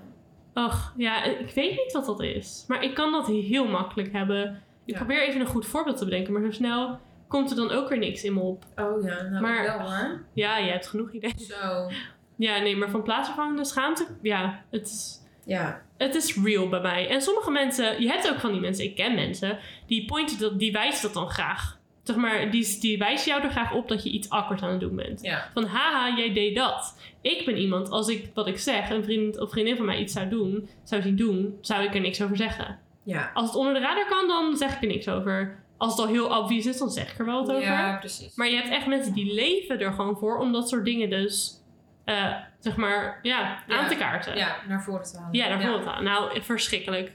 Ach, ja, ik weet niet wat dat is. Maar ik kan dat heel makkelijk hebben. Ik
Ja.
probeer even een goed voorbeeld te bedenken, maar zo snel komt er dan ook weer niks in me op.
Oh ja, nou
Maar-
wel hoor.
Ja, je hebt genoeg ideeën.
Zo,
Ja, nee, maar van plaatsvervangende schaamte, ja, het is...
ja.
Het is real bij mij. En sommige mensen, je hebt ook van die mensen, ik ken mensen, die pointen dat, die wijzen dat dan graag. Zeg maar, die, die wijzen jou er graag op dat je iets akkers aan het doen bent.
Ja.
Van haha, jij deed dat. Ik ben iemand, als ik wat ik zeg, een vriend of vriendin van mij iets zou doen, zou zien doen, zou ik er niks over zeggen.
Ja.
Als het onder de radar kan, dan zeg ik er niks over. Als het al heel obvious is, dan zeg ik er wel wat over.
Ja, precies.
Maar je hebt echt mensen die leven er gewoon voor om dat soort dingen dus, eh, zeg maar, ja, aan
Ja.
te kaarten.
ja, naar voren te halen.
Ja, daar voelt het aan. Nou, verschrikkelijk.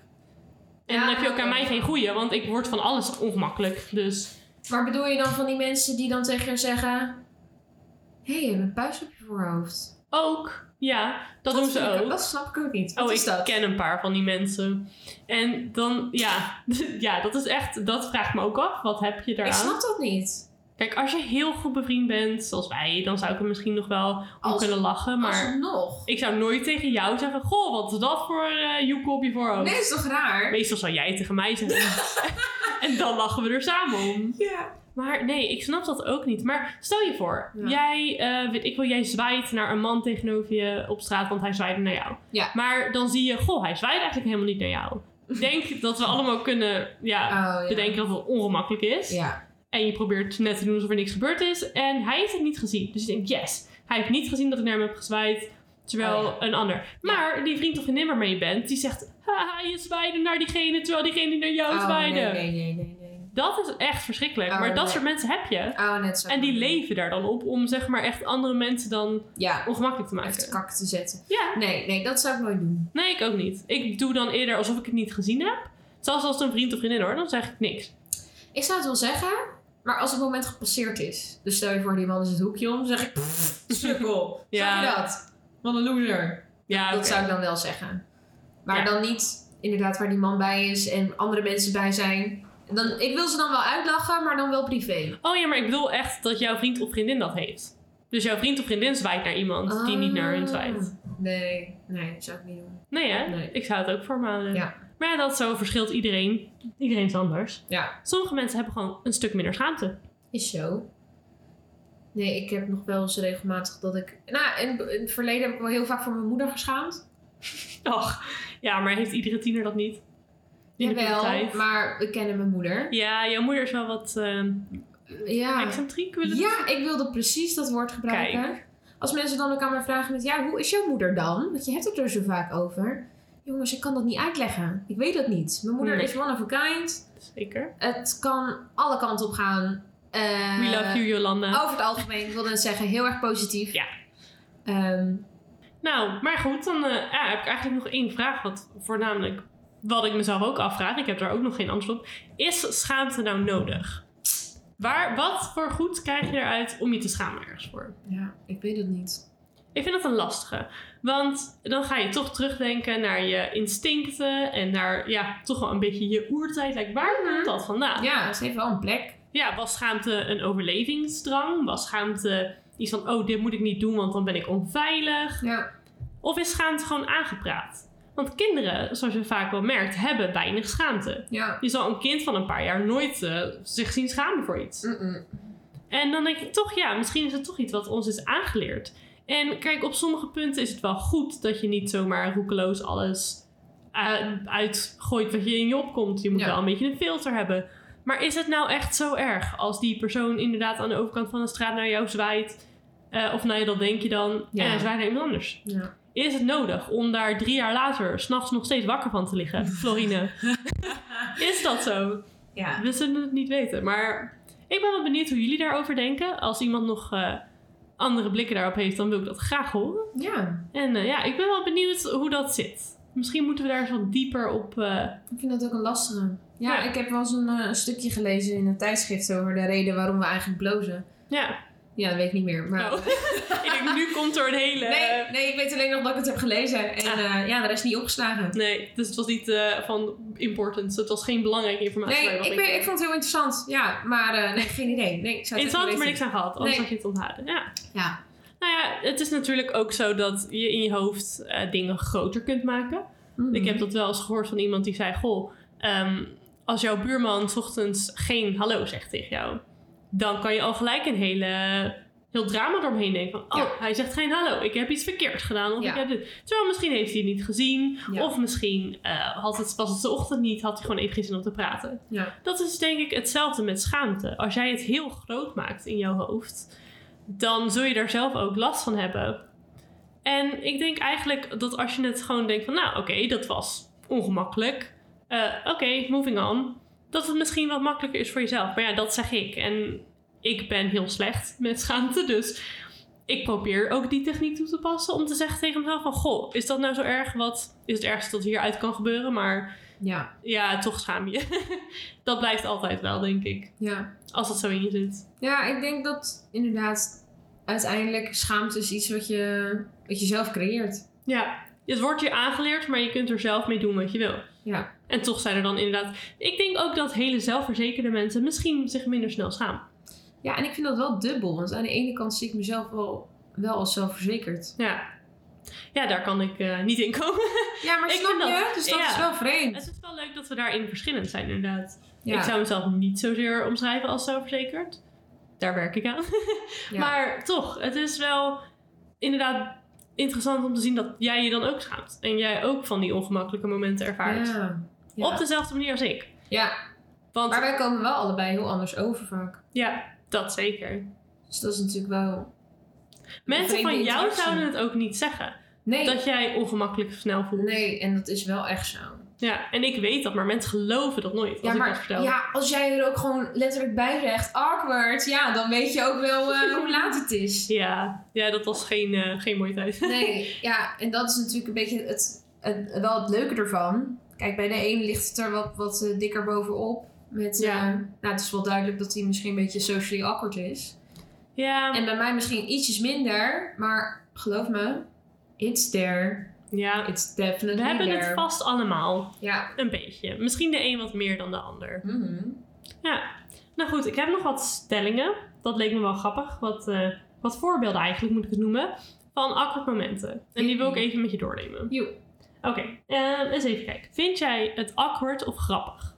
En
Ja,
dan heb je ook aan
oké.
mij geen goeie, want ik word van alles ongemakkelijk. Dus
Maar bedoel je dan van die mensen die dan tegen je zeggen... Hé, hey, je hebt een puist op je voorhoofd.
ook, ja, dat, doen ze
vind ik-
ook.
Dat snap ik ook niet. Wat
oh,
is
ik
dat?
ken een paar van die mensen. En dan, ja, ja, dat is echt, dat vraagt me ook af. Wat heb je
Ik
daaraan?
snap dat niet.
Kijk, als je heel goed bevriend bent, zoals wij, dan zou ik er misschien nog wel om
Als-
kunnen lachen. Maar
Alsnog.
ik zou nooit tegen jou zeggen, goh, wat is dat voor eh joekel op je voorhoofd?
Nee, is toch raar?
Meestal zou jij het tegen mij zeggen. en dan lachen we er samen om.
Ja.
Maar nee, ik snap dat ook niet. Maar stel je voor,
Ja.
jij, eh, weet ik wel, jij zwaait naar een man tegenover je op straat, want hij zwaaide naar jou.
Ja.
Maar dan zie je, goh, hij zwaait eigenlijk helemaal niet naar jou. Ik denk dat we allemaal kunnen ja,
Oh, ja.
bedenken dat het ongemakkelijk is.
Ja.
En je probeert net te doen alsof er niks gebeurd is. En hij heeft het niet gezien. Dus je denkt, yes, hij heeft niet gezien dat ik naar hem heb gezwaaid. Terwijl
Oh,
een ander. Maar die vriend of vriendin waarmee je bent, die zegt, haha, je zwaaide naar diegene, terwijl diegene naar jou
Oh, nee,
zwaaide.
nee, nee, nee, nee.
Dat is echt verschrikkelijk.
Oh,
maar dat
nee.
soort mensen heb je.
Oh, net zo.
En die leven daar dan op om zeg maar echt andere mensen dan
Ja.
ongemakkelijk te
Even te
maken.
kakken te zetten.
Ja,
Nee, nee, dat zou ik nooit doen.
nee, ik ook niet. Ik doe dan eerder alsof ik het niet gezien heb. Zelfs als het een vriend of vriendin hoor, dan zeg ik niks.
Ik zou het wel zeggen, maar als het moment gepasseerd is. Dus stel je voor, die man is het hoekje om, dan zeg ik... "Pff, Sukkel.
Ja.
Zeg je dat? Wat een loser.
Ja,
Dat
oké.
zou ik dan wel zeggen. Maar
Ja.
dan niet inderdaad waar die man bij is en andere mensen bij zijn. Dan, ik wil ze dan wel uitlachen, maar dan wel privé.
Oh ja, maar ik bedoel echt dat jouw vriend of vriendin dat heeft. Dus jouw vriend of vriendin zwaait naar iemand die niet naar hun zwaait.
Ah, Nee, nee, dat zou ik niet doen.
Nee hè?
Nee.
Ik zou het ook voor me houden.
Ja.
Maar ja, dat zo verschilt iedereen. Iedereen is anders.
Ja,
Sommige mensen hebben gewoon een stuk minder schaamte.
is zo. Nee, ik heb nog wel eens regelmatig dat ik... Nou, in, in het verleden heb ik wel heel vaak voor mijn moeder geschaamd.
Och, ja, maar heeft iedere tiener dat niet? In de
Jawel,
puberteit.
maar we kennen mijn moeder.
Ja, jouw moeder is wel wat ehm
Ja.
excentriek. Willen
ja, ik wilde precies dat woord gebruiken. Als mensen dan ook aan mij vragen met... Ja, hoe is jouw moeder dan? Want je hebt het er zo vaak over. Jongens, ik kan dat niet uitleggen. Ik weet dat niet. Mijn moeder
Nee.
is one of a kind.
Zeker.
Het kan alle kanten op gaan. Eh,
We love you, Jolanda.
Over het algemeen, ik wilde het zeggen, heel erg positief.
Ja.
Ehm,
Nou, maar goed, dan eh, ja, heb ik eigenlijk nog één vraag. Wat voornamelijk, wat ik mezelf ook afvraag, ik heb daar ook nog geen antwoord op. Is schaamte nou nodig? Waar, wat voor goed krijg je eruit om je te schamen ergens voor?
ja, ik weet het niet.
Ik vind dat een lastige. Want dan ga je toch terugdenken naar je instincten en naar ja, toch wel een beetje je oertijd. Like, waar komt dat vandaan?
Ja, ze heeft wel een plek.
Ja, was schaamte een overlevingsdrang? Was schaamte iets van, oh, dit moet ik niet doen, want dan ben ik onveilig?
Ja.
Of is schaamte gewoon aangepraat? Want kinderen, zoals je vaak wel merkt, hebben weinig schaamte.
Ja.
Je zal een kind van een paar jaar nooit eh, zich zien schamen voor iets.
Mm-mm.
En dan denk ik toch, ja, misschien is het toch iets wat ons is aangeleerd. En kijk, op sommige punten is het wel goed dat je niet zomaar roekeloos alles eh, uitgooit wat je in je opkomt. Je moet
Ja.
wel een beetje een filter hebben. Maar is het nou echt zo erg als die persoon inderdaad aan de overkant van de straat naar jou zwaait? Eh, of nou ja, dat denk je dan.
Ja.
En hij zwaait naar iemand anders.
Ja.
Is het nodig om daar drie jaar later s'nachts nog steeds wakker van te liggen, Florine? Is dat zo?
ja.
We zullen het niet weten. Maar ik ben wel benieuwd hoe jullie daarover denken. Als iemand nog eh, andere blikken daarop heeft, dan wil ik dat graag horen.
Ja.
En eh, ja, ik ben wel benieuwd hoe dat zit. Misschien moeten we daar eens wat dieper op. eh,
Ik vind dat ook een lastige. Ja,
Ja.
ik heb wel eens een, eh, een stukje gelezen in een tijdschrift over de reden waarom we eigenlijk blozen.
ja,
Ja, dat weet ik niet meer. Maar...
Oh. ik denk nu komt er een hele.
Nee, nee, ik weet alleen nog dat ik het heb gelezen. En
Ah.
eh, ja, de rest niet opgeslagen.
Nee, dus het was niet eh, van importance. Het was geen belangrijke informatie.
Nee,
waar je wat
ik,
mee
weet, ik
kon.
vond het heel interessant. Ja, maar eh, nee, geen idee. Nee, ik zou het echt
Interessant,
niet
maar niks
weten.
aan gehad. Anders
Nee.
had je het onthouden. Ja.
Ja.
Nou ja, het is natuurlijk ook zo dat je in je hoofd eh, dingen groter kunt maken.
Mm.
Ik heb dat wel eens gehoord van iemand die zei: Goh, ehm, als jouw buurman 's ochtends geen hallo zegt tegen jou, dan kan je al gelijk een hele, heel drama eromheen denken. Van,
Ja.
Oh, hij zegt geen hallo, ik heb iets verkeerd gedaan. Of
Ja.
ik heb dit. Terwijl misschien heeft hij het niet gezien,
Ja.
of misschien eh, had het, was het de ochtend niet, had hij gewoon even geen zin om te praten.
Ja.
Dat is denk ik hetzelfde met schaamte. Als jij het heel groot maakt in jouw hoofd, dan zul je daar zelf ook last van hebben. En ik denk eigenlijk dat als je het gewoon denkt van, nou oké, dat was ongemakkelijk. Eh, oké, moving on. Dat het misschien wat makkelijker is voor jezelf. Maar ja, dat zeg ik. En ik ben heel slecht met schaamte, dus ik probeer ook die techniek toe te passen om te zeggen tegen mezelf van, goh, is dat nou zo erg? Wat is het ergste dat hieruit kan gebeuren? Maar
Ja.
ja, toch schaam je. dat blijft altijd wel, denk ik.
Ja.
Als dat zo in je zit.
Ja, ik denk dat inderdaad uiteindelijk schaamte is iets wat je, wat je zelf creëert.
Ja. Het wordt je aangeleerd, maar je kunt er zelf mee doen wat je wil.
Ja.
En toch zijn er dan inderdaad... Ik denk ook dat hele zelfverzekerde mensen misschien zich minder snel schamen.
Ja, en ik vind dat wel dubbel. Want aan de ene kant zie ik mezelf wel, wel als zelfverzekerd.
Ja. Ja, daar kan ik eh, niet in komen.
Ja, maar
Ik
snap
vind dat-
je? Dus dat
ja.
is wel vreemd.
het is wel leuk dat we daarin verschillend zijn, inderdaad.
Ja,
Ik zou mezelf niet zozeer omschrijven als zelfverzekerd. Daar werk ik aan.
ja.
Maar toch, het is wel inderdaad interessant om te zien dat jij je dan ook schaamt. En jij ook van die ongemakkelijke momenten ervaart.
Ja. Ja.
Op dezelfde manier als ik.
Ja,
Want
maar wij komen wel allebei heel anders over vaak.
ja, dat zeker.
Dus dat is natuurlijk wel...
Mensen
vreemde
van jou
interactie.
zouden het ook niet zeggen.
Nee,
Dat jij ongemakkelijk snel voelt.
nee en dat is wel echt zo.
Ja, en ik weet dat, maar mensen geloven dat nooit. Als
Ja,
ik dat
maar
vertel.
ja, als jij er ook gewoon letterlijk bij zegt, awkward, ja, dan weet je ook wel eh, hoe laat het is.
Ja, ja, dat was geen, eh, geen mooie tijd.
Nee, ja, en dat is natuurlijk een beetje het, het- wel het leuke ervan. Kijk, bij de een ligt het er wat, wat eh, dikker bovenop. Met,
Ja.
ja. nou, het is wel duidelijk dat hij misschien een beetje socially awkward is.
Ja,
En bij mij misschien ietsjes minder, maar geloof me, it's there.
ja.
It's definitely
we hebben
there.
het vast allemaal.
Ja.
Een beetje. Misschien de een wat meer dan de ander.
Mhm.
Ja, nou goed, ik heb nog wat stellingen. Dat leek me wel grappig. Wat, eh, wat voorbeelden eigenlijk, moet ik het noemen. Van awkward momenten. En die wil ik even met je doornemen.
Joe.
Oké, eh, eens even kijken. Vind jij het awkward of grappig?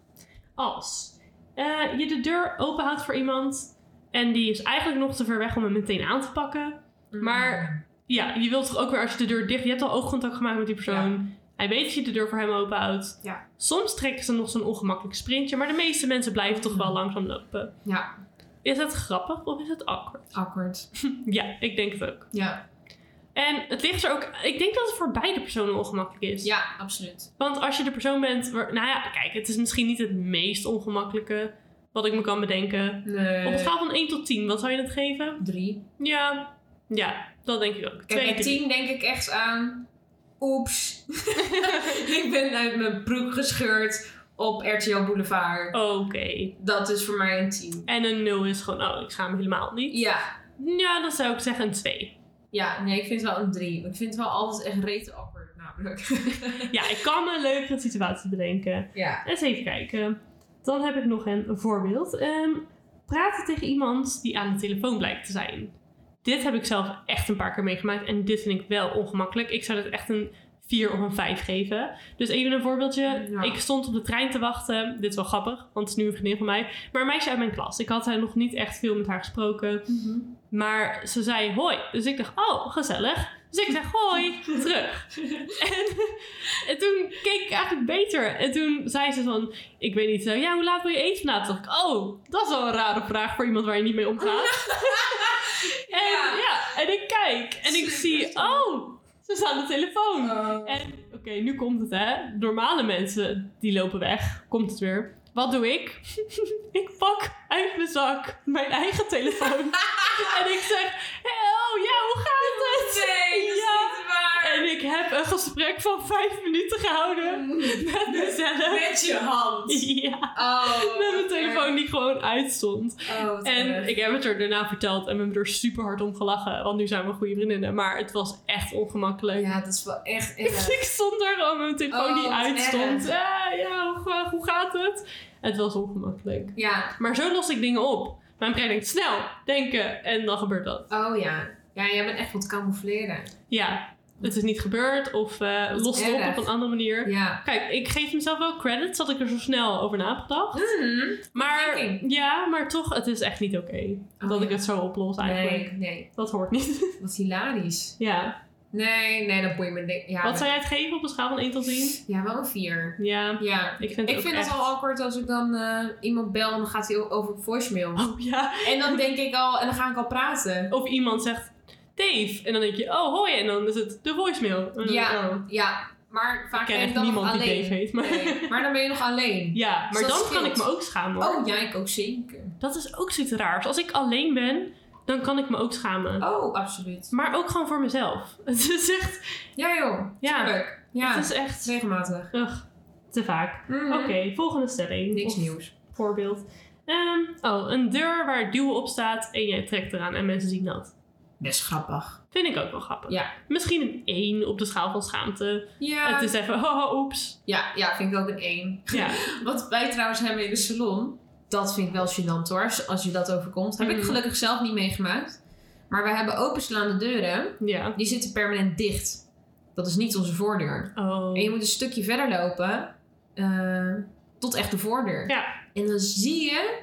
Als eh, je de deur openhoudt voor iemand, En die is eigenlijk nog te ver weg om hem meteen aan te pakken. Maar ja, je wilt toch ook weer als je de deur dicht... Je hebt al oogcontact gemaakt met die persoon. Hij weet dat je de deur voor hem openhoudt.
Ja.
Soms trekken ze nog zo'n ongemakkelijk sprintje. Maar de meeste mensen blijven toch wel langzaam lopen.
Ja.
Is het grappig of is het awkward?
awkward.
Ja, ik denk het ook.
Ja.
En het ligt er ook... Ik denk dat het voor beide personen ongemakkelijk is.
Ja, absoluut.
Want als je de persoon bent... Waar, nou ja, kijk, het is misschien niet het meest ongemakkelijke... wat ik me kan bedenken.
Nee.
Op een schaal van 1 tot 10, wat zou je dat geven?
Drie.
Ja, ja dat denk ik ook.
Kijk,
Twee,
bij
drie.
tien denk ik echt aan... Oeps. ik ben uit mijn broek gescheurd op RTL Boulevard.
Oké.
Dat is voor mij een tien.
En een 0 is gewoon, oh, ik schaam me helemaal niet.
Ja.
Ja, dan zou ik zeggen een 2.
Ja, nee, ik vind het wel een drie. Ik vind het wel altijd echt rete awkward namelijk.
Ja, ik kan me een leukere situatie bedenken.
ja.
Eens even kijken. Dan heb ik nog een voorbeeld. Ehm, praten tegen iemand die aan de telefoon blijkt te zijn. Dit heb ik zelf echt een paar keer meegemaakt en dit vind ik wel ongemakkelijk. Ik zou dit echt een 4 of een 5 geven. Dus even een voorbeeldje.
Ja.
Ik stond op de trein te wachten. Dit is wel grappig, want het is nu een vriendin van mij. Maar een meisje uit mijn klas. Ik had haar nog niet echt veel met haar gesproken. Maar ze zei hoi. Dus ik dacht, oh, gezellig. Dus ik zeg hoi, terug. En, en toen keek ik eigenlijk beter. En toen zei ze van, ik weet niet, eh, ja, hoe laat wil je eten vanavond? Toen dacht ik, oh, dat is wel een rare vraag voor iemand waar je niet mee omgaat. En ja,
Ja.
en ik kijk en ik
Super
zie,
stom.
oh, ze is aan de telefoon.
Oh.
En oké, nu komt het hè. Normale mensen die lopen weg. Komt het weer. Wat doe ik? ik pak uit mijn zak mijn eigen telefoon. en ik zeg: hey, Oh ja, hoe gaat het?
Nee, dat is
Ja.
niet waar.
En ik heb een gesprek van vijf minuten gehouden
Mm.
met mezelf.
Met je hand.
Ja,
Oh.
met mijn telefoon die gewoon uitstond.
Oh, wat
En
erg.
ik heb het er daarna verteld en we hebben er super hard om gelachen. Want nu zijn we goede vriendinnen. Maar het was echt ongemakkelijk.
Ja, dat is wel echt erg.
Ik stond daar gewoon met mijn telefoon
Oh,
die
wat erg.
uitstond. Ja, ja, hoe, hoe gaat het? Het was ongemakkelijk.
Ja.
Maar zo los ik dingen op. Mijn brein denkt snel, denken en dan gebeurt dat.
Oh ja. Ja, jij bent echt wat camoufleren.
Ja, het is niet gebeurd of eh
Wat
lost het op
erg.
op een andere manier.
Ja.
Kijk, ik geef mezelf wel credits dat ik er zo snel over na heb gedacht.
Mhm.
Maar
thinking.
ja, maar toch, het is echt niet oké
Oh,
dat
ja.
ik het zo oplos eigenlijk.
Nee, nee.
Dat hoort niet.
Wat hilarisch.
ja.
Nee, nee, dat boeit me. denk- Ja,
Wat zou jij het geven op een schaal van 1 tot 10?
Ja, wel een vier.
Ja.
Ja.
Ik vind het
Ik
ook
vind
echt...
het al awkward als ik dan eh, iemand bel en dan gaat hij o- over op voicemail.
Oh ja.
En dan denk ik al, en dan ga ik al praten.
Of iemand zegt Dave. En dan denk je, oh hoi. En dan is het de voicemail. En dan- oh.
Ja, ja. Maar vaak
Ik
ben
ken
ik
echt
dan nog
niemand die
alleen.
Dave heet. Maar...
Nee, maar dan ben je nog alleen.
Ja, maar
Dus dat
dan kan
scheelt.
ik me ook schamen. hoor.
Oh, ja, ik ook zeker.
Dat is ook zoiets raars. Als ik alleen ben, dan kan ik me ook schamen.
Oh, absoluut.
Maar ook gewoon voor mezelf. Het is echt,
Ja joh,
Ja.
tuurlijk. Ja,
het is echt
regelmatig.
ugh, te vaak.
Mhm.
Oké, volgende stelling.
Niks
Of
nieuws.
Voorbeeld. Ehm, oh, een deur waar duwen op staat en jij trekt eraan en mensen zien dat.
Best grappig.
Vind ik ook wel grappig.
Ja.
Misschien een 1 op de schaal van schaamte.
Ja,
Het is even, haha, oeps.
ja, ja, vind ik ook een 1.
Ja.
Wat wij trouwens hebben in de salon, dat vind ik wel gênant hoor, als- als je dat overkomt. Heb
Mhm.
ik gelukkig zelf niet meegemaakt. Maar we hebben openslaande deuren,
ja.
die zitten permanent dicht. Dat is niet onze voordeur.
Oh.
En je moet een stukje verder lopen eh, tot echt de voordeur.
Ja.
En dan zie je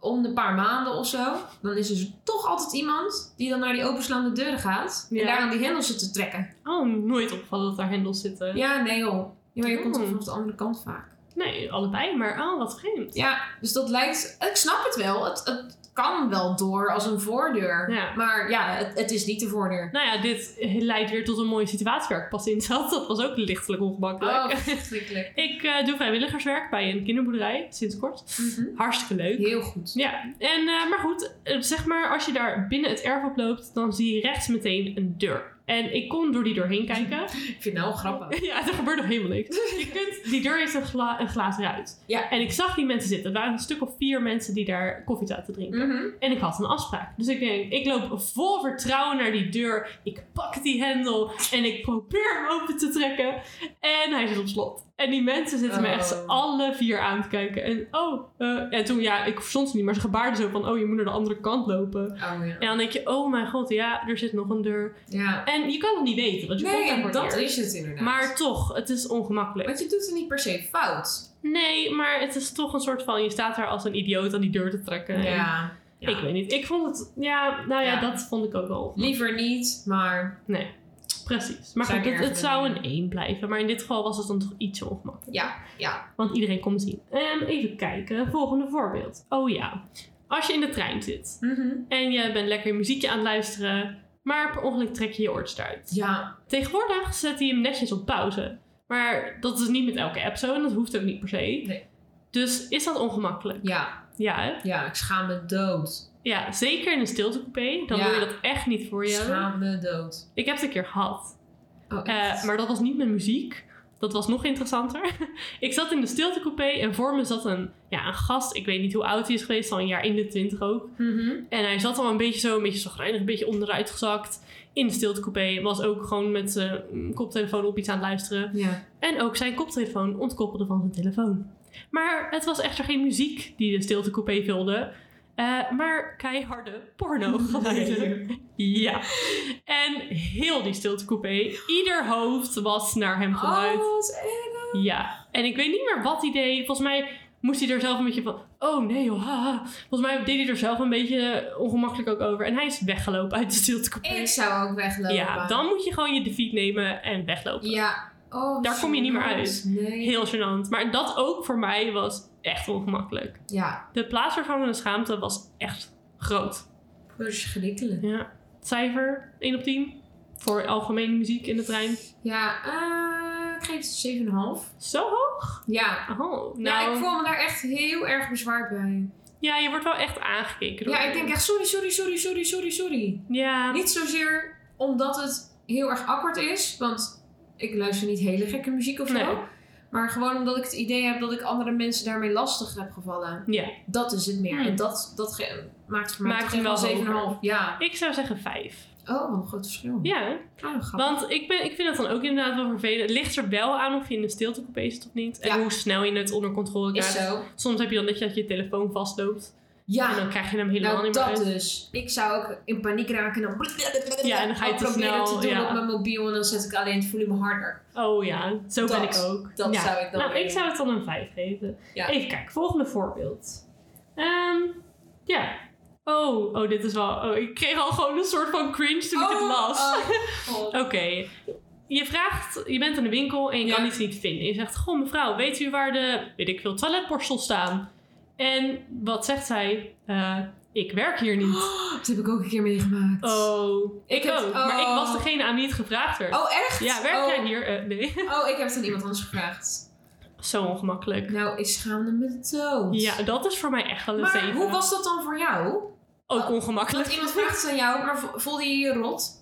om de paar maanden of zo, dan is er toch altijd iemand die dan naar die openslaande deuren gaat
Ja.
en daar aan die hendels zit te trekken.
Oh, nooit opgevallen dat daar hendels zitten.
Ja, nee joh. Ja, maar je komt
Oh.
toch vanaf de andere kant vaak.
Nee, allebei, maar oh, wat vreemd.
Ja, dus dat lijkt. Ik snap het wel. Het, het kan wel door als een voordeur.
Ja.
Maar ja, het, het is niet de voordeur.
Nou ja, dit leidt weer tot een mooie situatie waar ik pas in zat. Dat was ook lichtelijk
Oh,
ongemakkelijk.
verschrikkelijk.
Ik eh, doe vrijwilligerswerk bij een kinderboerderij sinds kort.
Mhm.
Hartstikke leuk.
Heel goed.
Ja, en, eh, maar goed, eh, zeg maar als je daar binnen het erf op loopt, dan zie je rechts meteen een deur. En ik kon door die deur heen kijken.
Ik vind het wel grappig.
Ja, er gebeurt nog helemaal niks. Je kunt, die deur heeft een, gla, een glazen ruit.
Ja.
En ik zag die mensen zitten. Er waren een stuk of vier mensen die daar koffie zaten te drinken.
Mhm.
En ik had een afspraak. Dus ik denk, ik loop vol vertrouwen naar die deur. Ik pak die hendel en ik probeer hem open te trekken. En hij zit op slot. En die mensen zitten me
Oh.
echt z'n alle vier aan te kijken. En oh, eh, en toen ja, ik verstond ze niet, maar ze gebaarden zo van, oh, je moet naar de andere kant lopen.
Oh ja.
En dan denk je, oh mijn god, ja, er zit nog een deur.
Ja.
En je kan het niet weten, want je komt daar voor
Nee,
het
dat
eerst.
is het inderdaad.
Maar toch, het is ongemakkelijk.
Want je doet het niet per se fout.
Nee, maar het is toch een soort van, je staat daar als een idioot aan die deur te trekken. En-
Ja. Ja.
Ik weet niet. Ik vond het, ja, nou ja,
Ja.
dat vond ik ook wel.
Liever niet, maar
Nee, precies. Maar
Zou
goed,
ik
het,
erg
het zou
vinden.
een 1 blijven. Maar in dit geval was het dan toch iets ongemakkelijk.
ja, ja.
Want iedereen kon het zien. Ehm, even kijken. Volgende voorbeeld. Oh ja. Als je in de trein zit
Mhm.
en je bent lekker muziekje aan het luisteren, maar per ongeluk trek je je oortjes eruit.
Ja,
Tegenwoordig zet hij hem netjes op pauze. Maar dat is niet met elke app zo en dat hoeft ook niet per se.
Nee.
Dus is dat ongemakkelijk?
ja,
Ja, hè?
ja. Ik schaam me dood.
Ja, zeker in een stiltecoupé. Dan
Ja.
wil je dat echt niet voor je.
Schaam me dood.
Ik heb het een keer gehad.
Oh,
Eh,
echt?
maar dat was niet met muziek. Dat was nog interessanter. ik zat in de stiltecoupé en voor me zat een, ja, een gast. Ik weet niet hoe oud hij is geweest, al een jaar in de twintig ook.
Mhm.
En hij zat al een beetje zo, een beetje zagrijnig, een beetje onderuit gezakt. In de stiltecoupé. Was ook gewoon met zijn koptelefoon op iets aan het luisteren.
Ja.
En ook zijn koptelefoon ontkoppelde van zijn telefoon. Maar het was echter geen muziek die de stiltecoupé vulde. eh, maar keiharde porno geluiden. Ja. En heel die stiltecoupé. Ieder hoofd was naar hem
Oh,
geluid.
wat erg.
Ja. En ik weet niet meer wat hij deed. Volgens mij moest hij er zelf een beetje van... Oh nee joh, haha. Volgens mij deed hij er zelf een beetje ongemakkelijk ook over. En hij is weggelopen uit de stiltecoupé.
Ik zou ook weglopen.
Ja, dan moet je gewoon je defeat nemen en weglopen.
Ja. Oh,
Daar kom je niet meer
gênant.
uit.
Nee.
Heel gênant. Maar dat ook voor mij was echt ongemakkelijk.
Ja,
De plaats waarvan we de schaamte was echt groot.
dus verschrikkelijk.
Ja. Cijfer 1 op 10 voor algemene muziek in de trein.
Ja, eh, ik geef het 7,5.
Zo hoog?
Ja.
Oh, nou.
Ja, ik voel me daar echt heel erg bezwaard bij.
Ja, je wordt wel echt aangekeken. door-
Ja, ik denk echt sorry, sorry, sorry, sorry, sorry, sorry.
Ja,
Niet zozeer omdat het heel erg awkward is, want ik luister niet hele gekke muziek of zo.
Nee.
Maar gewoon omdat ik het idee heb dat ik andere mensen daarmee lastig heb gevallen.
ja.
Dat is het meer.
Hmm.
En dat, dat ge- maakt voor mij
Maakt
toch
hem
echt
wel
wel 7,5. Ja.
Ik zou zeggen vijf.
Oh, wat een groot verschil.
Ja, hè?
Oh, grappig.
want ik, ben, ik vind dat dan ook inderdaad wel vervelend. Het ligt er wel aan of je in de stiltecoupé zit of niet. En
Ja.
hoe snel je het onder controle
Is
krijgt.
zo.
Soms heb je dan net dat je telefoon vastloopt. En
Ja,
dan krijg je hem helemaal
nou
niet meer
dat
uit.
dus. Ik zou ook in paniek raken en dan...
Ja, en dan ga je
Al
te
proberen
snel,
te doen
ja.
op mijn mobiel en dan zet ik alleen het volume harder.
Oh ja, zo ben
Dat-
ik ook.
Dat
ja.
zou ik dan
Nou,
weer
ik zou het dan een 5 geven.
Ja.
Even kijken, volgende voorbeeld. Ehm, ja. Oh, oh, dit is wel. Oh, ik kreeg al gewoon een soort van cringe toen ik het las.
oh.
Oké. Je vraagt, je bent in de winkel en je
Ja.
kan iets niet vinden. Je zegt, goh mevrouw, weet u waar de, weet ik veel, toiletborstels staan? En wat zegt zij? Eh, ik werk hier niet.
Dat heb ik ook een keer meegemaakt.
Oh, ik,
Ik heb-
ook. Maar ik
oh.
was degene aan wie het gevraagd werd.
Oh, echt?
Ja, werk
oh.
jij hier? Eh, nee.
Oh, ik heb het aan iemand anders gevraagd.
Zo ongemakkelijk.
Nou, ik schaamde me dood.
Ja, dat is voor mij echt wel een
Maar
zeven.
hoe was dat dan voor jou?
Ook
Dat
ongemakkelijk.
iemand vraagt het aan jou, maar vo- voelde je je rot?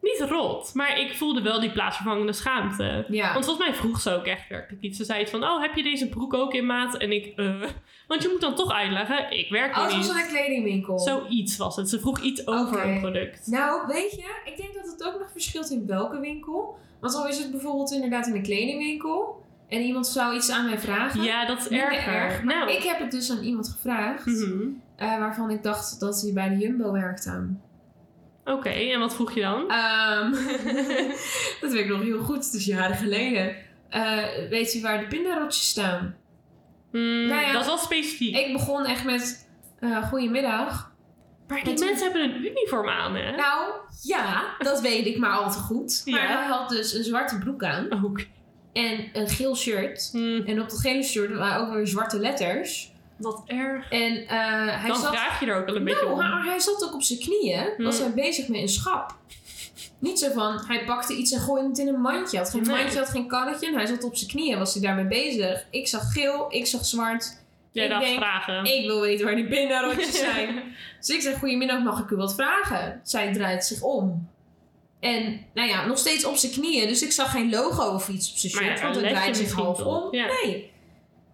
Niet rot, maar ik voelde wel die plaatsvervangende schaamte.
Ja.
Want volgens mij vroeg ze ook echt werkelijk iets. Ze zei het van, oh, heb je deze broek ook in maat? En ik, eh. Want je moet dan toch uitleggen, ik werk
Oh,
hier
het was
niet.
aan een kledingwinkel.
Zoiets was het. Ze vroeg iets over
Oké.
een product.
Nou, weet je, ik denk dat het ook nog verschilt in welke winkel. Want al is het bijvoorbeeld inderdaad in een kledingwinkel en iemand zou iets aan mij vragen.
Ja, dat is
minder
erger.
erg, maar
nou,
ik heb het dus aan iemand gevraagd
mhm.
eh, waarvan ik dacht dat hij bij de Jumbo werkte.
Oké, en wat vroeg je dan?
Ehm, dat weet ik nog heel goed, het is jaren geleden. Eh, weet u waar de pindarotjes staan?
Mm,
Nou ja,
dat is wel specifiek.
Ik begon echt met eh goedemiddag.
maar die
dat-
mensen hebben een uniform aan, hè?
Nou, ja, dat weet ik maar al te goed. Maar
Ja.
hij had dus een zwarte broek aan
Oké.
en een geel shirt.
Mm,
En op dat gele shirt waren ook weer zwarte letters.
wat erg.
En eh, hij
dan
zat...
vraag je er ook al een beetje
Nou,
om.
maar hij zat ook op zijn knieën. Was
Hmm.
hij bezig met een schap. Niet zo van, hij pakte iets en gooide het in een mandje. Had geen
Nee.
mandje, had geen karretje. En hij zat op zijn knieën, was hij daarmee bezig. Ik zag geel, ik zag zwart.
Jij
ik
dacht
denk-
vragen.
Ik wil weten waar die pindarotjes zijn. Dus ik zeg, goedemiddag, mag ik u wat vragen? Zij draait zich om. En, nou ja, nog steeds op zijn knieën. Dus ik zag geen logo of iets op zijn
Maar ja,
shirt. want hij
let je
draait zich
misschien
half
toch?
om.
Ja.
Nee.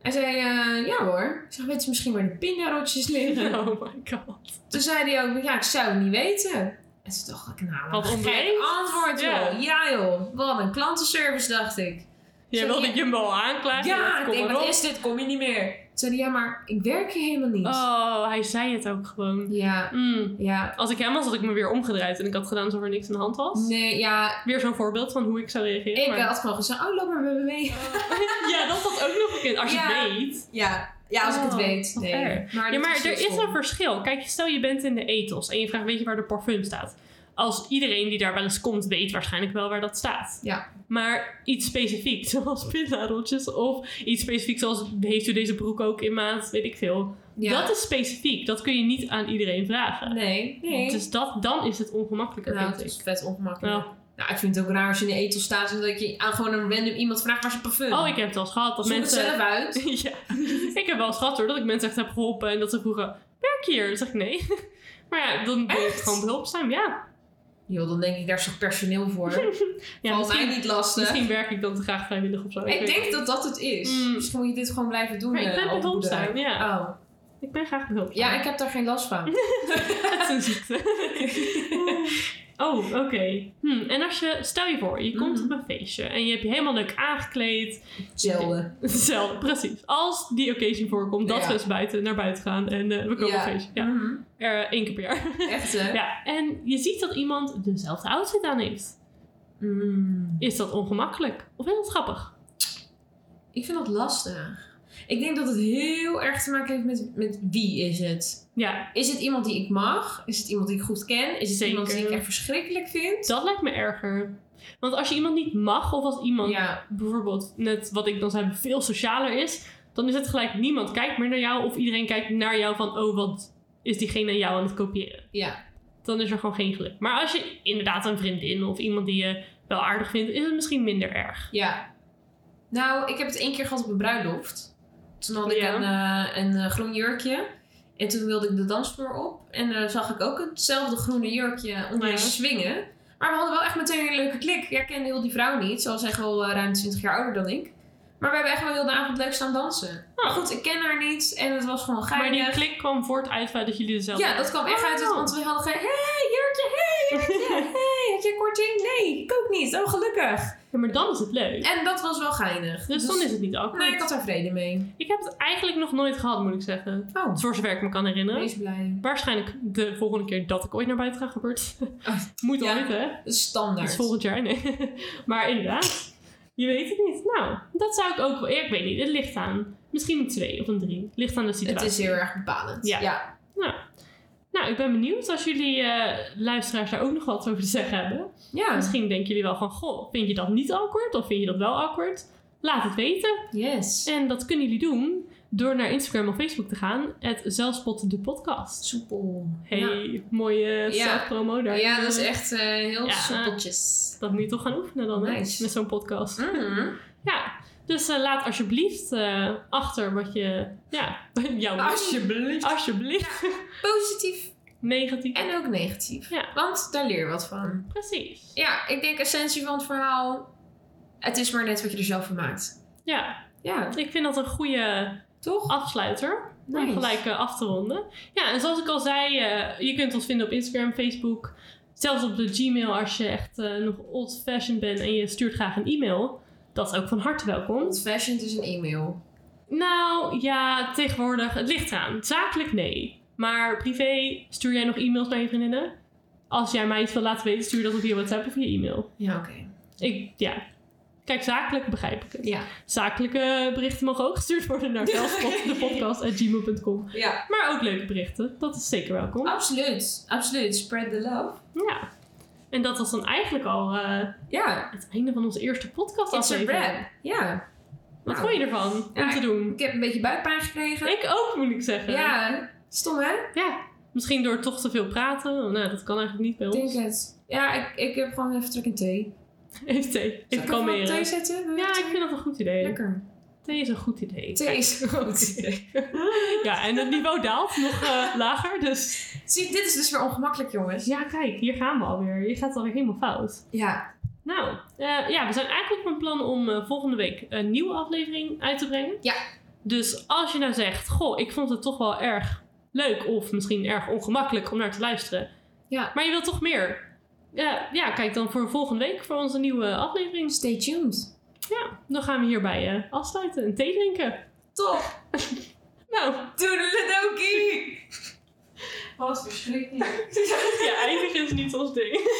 Hij zei, eh, ja hoor. Ik zeg, weet je misschien waar de pindarotjes liggen?
Oh my god.
Toen zei hij ook, ja, ik zou het niet weten. En toen dacht ik, nou,
Wat
wat een gek
onbeleefd.
antwoord,
Ja.
joh. Ja, joh. Wat een klantenservice, dacht ik.
Jij
Zeg
wilde
je-
Jumbo al aanklagen.
ja, ik
kom
denk,
maar
wat
op.
is dit? Kom je niet meer. Toen zei hij, ja, maar ik werk hier helemaal niet.
Oh, hij zei het ook gewoon.
Ja,
Mm.
ja.
Als ik hem was, had ik me weer omgedraaid en ik had gedaan alsof er niks aan de hand was.
Nee, ja.
Weer zo'n voorbeeld van hoe ik zou reageren.
Ik eh,
maar-
had gewoon gezegd, oh, loop maar met me mee.
Ja, dat had ook nog een keer. Als je
Ja.
het weet.
Ja, Ja, als ik het
Oh,
weet.
wat
Nee.
erg.
Maar,
Ja,
dat
maar er
heel
is
stom.
een verschil. Kijk, stel je bent in de ethos en je vraagt, weet je waar de parfum staat? Als iedereen die daar wel eens komt, weet waarschijnlijk wel waar dat staat.
Ja.
Maar iets specifiek, zoals pindarotjes of iets specifiek zoals, heeft u deze broek ook in maat, weet ik veel.
Ja.
Dat is specifiek, dat kun je niet aan iedereen vragen.
Nee, nee.
Dus dat, dan is het ongemakkelijker,
nou, het
vind
is
ik.
vet ongemakkelijk.
Ja.
Nou, ik vind het ook raar als je in de etel staat en dat je aan gewoon een random iemand vraagt waar zijn parfum.
Oh, ik heb het al eens gehad dat
Zoek
mensen...
het zelf uit.
ja, ik heb wel eens gehad hoor, dat ik mensen echt heb geholpen en dat ze vroegen, werk je hier? Dan zeg ik nee. Maar ja, dan ben ik
Echt?
gewoon behulpzaam, ja.
Joh, dan denk ik, daar is toch personeel voor?
ja
Valt mij
misschien,
niet lastig.
misschien werk ik dan te graag vrijwillig of zo.
Ik
weet
denk
het.
dat dat het is.
Mm.
Misschien moet je dit gewoon blijven doen.
Maar ik
eh,
ben
op de boerderij.
behulpzaam, ja.
Oh.
Ik ben graag behulpzaam.
Ja, ik heb daar geen last van.
Het is een ziekte. oh, oké. Hm, en als je, stel je voor, je komt
Mhm.
op een feestje en je hebt je helemaal leuk aangekleed.
Zelden.
Zelf, precies. Als die occasion voorkomt, dat
Ja.
we eens buiten, naar buiten gaan en eh, we komen
Ja.
op een feestje. Ja,
Mhm.
Eh, één keer per jaar.
Echt, hè?
ja, en je ziet dat iemand dezelfde outfit aan heeft.
Mm.
Is dat ongemakkelijk? Of is dat grappig?
Ik vind dat lastig. Ik denk dat het heel erg te maken heeft met, met wie is het.
Ja,
Is het iemand die ik mag? Is het iemand die ik goed ken? Is het
Zeker.
iemand die ik echt verschrikkelijk vind?
dat lijkt me erger. Want als je iemand niet mag, of als iemand
Ja,
bijvoorbeeld, net wat ik dan zei, veel socialer is, dan is het gelijk niemand kijkt meer naar jou of iedereen kijkt naar jou van, oh, wat is diegene jou aan het kopiëren?
ja.
Dan is er gewoon geen geluk. Maar als je inderdaad een vriendin of iemand die je wel aardig vindt, is het misschien minder erg.
ja. Nou, ik heb het één keer gehad op een bruiloft. Toen had ik
Ja.
een, eh, een eh, groen jurkje. En toen wilde ik de dansvloer op. En eh, zag ik ook hetzelfde groene jurkje onder
Ja.
swingen. Maar we hadden wel echt meteen een leuke klik. Jij kende heel die vrouw niet. Ze was echt wel eh, ruim 20 jaar ouder dan ik. Maar we hebben echt wel heel de avond leuk staan dansen. Maar goed, ik ken haar niet en het was gewoon
Oh. Maar die
geinig.
klik kwam voort uit dat jullie dezelfde...
Ja, dat kwam echt uit het,
Oh.
want we hadden geen... Hé, hey, jurkje, hé, hey, jurkje, hey, had je een korting? Nee, ik ook niet. Oh, gelukkig.
Ja, maar dan is het leuk.
En dat was wel geinig.
Dus dan is het niet awkward.
Nee, ik had daar vrede mee.
Ik heb het eigenlijk nog nooit gehad, moet ik zeggen.
Oh,
Voor zover ik me kan herinneren.
wees blij.
Waarschijnlijk de volgende keer dat ik ooit naar buiten ga gebeurt. Moet
Oh, Ja.
ooit, hè?
Dat is
Dat
standaard.
is volgend jaar, nee. maar inderdaad, je weet het niet. Nou, dat zou ik ook wel... Ja, ik weet niet, het ligt aan. Misschien een 2 of een 3. Ligt aan de
Het
situatie.
is heel erg bepalend.
Ja.
ja.
Nou, ik ben benieuwd als jullie eh, luisteraars daar ook nog wat over te zeggen hebben.
Ja.
Nou, Misschien denken jullie wel van, goh, vind je dat niet awkward? Of vind je dat wel awkward? Laat het weten.
Yes.
En dat kunnen jullie doen door naar Instagram of Facebook te gaan. Het Zelfspot de podcast.
Soepel.
Hey,
Ja.
mooie
Ja.
zelfpromo daar.
Ja, dat is echt eh, heel
Ja.
soepeltjes.
Dat moet je toch gaan oefenen dan, hè?
Nice.
Met zo'n podcast.
Mhm.
Ja, dus eh, laat alsjeblieft eh, achter wat je... Ja, jouw
Alsjeblieft.
Alsjeblieft.
Positief
Negatief.
en ook negatief.
Ja.
Want daar leer je wat van.
Precies.
Ja, ik denk essentie van het verhaal. Het is maar net wat je er zelf van maakt.
Ja,
Ja,
ik vind dat een goede
toch?
afsluiter. Om
Nice.
Oh, gelijk eh, af te ronden. Ja, en zoals ik al zei, eh, je kunt ons vinden op Instagram, Facebook. Zelfs op de Gmail als je echt eh, nog old-fashioned bent en je stuurt graag een e-mail. Dat is ook van harte welkom.
Old fashioned is een e-mail.
Nou ja, tegenwoordig, het ligt eraan. Zakelijk nee. Maar privé, stuur jij nog e-mails naar je vriendinnen? Als jij mij iets wil laten weten, stuur dat op via WhatsApp of via e-mail.
Ja, oké.
Ik, ja. Kijk, zakelijk begrijp ik het.
Ja.
Zakelijke berichten mogen ook gestuurd worden naar zelfspotdepodcast.gmail.com.
ja,
Maar ook leuke berichten, dat is zeker
Oh.
welkom.
absoluut. Absoluut. Spread the love.
Ja. En dat was dan eigenlijk al eh,
Ja,
het einde van onze eerste podcast
it's a
aflevering.
wrap. Ja.
Wat
Nou.
vond je ervan om
Ja,
te doen?
Ik heb een beetje buikpijn gekregen.
Ik ook, moet ik zeggen.
Ja, stom hè?
Ja, misschien door toch te veel praten. Nou, dat kan eigenlijk niet bij
Ik
ons.
denk het. Ja, ik, ik heb gewoon even trek in thee.
Even thee.
Zal
Ik
ik
kan
even wat thee
meer.
zetten? Wil je
Ja,
thee?
ik vind dat een goed idee.
Lekker.
Thee is een goed idee.
Thee is goed.
Ja, en het niveau daalt nog eh, lager. Dus
Zie, dit is dus weer ongemakkelijk, jongens.
ja, kijk, hier gaan we alweer. Je gaat alweer helemaal fout.
Ja.
Nou, eh, ja, we zijn eigenlijk van plan om eh, volgende week een nieuwe aflevering uit te brengen.
Ja.
Dus als je nou zegt, goh, ik vond het toch wel erg leuk of misschien erg ongemakkelijk om naar te luisteren.
Ja.
Maar je wilt toch meer? Ja, ja, kijk dan voor volgende week voor onze nieuwe aflevering.
Stay tuned.
Ja, dan gaan we hierbij eh, afsluiten en thee drinken.
Toch?
Nou,
Toedeledokie!
Oh,
Wat verschrikkelijk.
ja, eigenlijk is niet ons ding.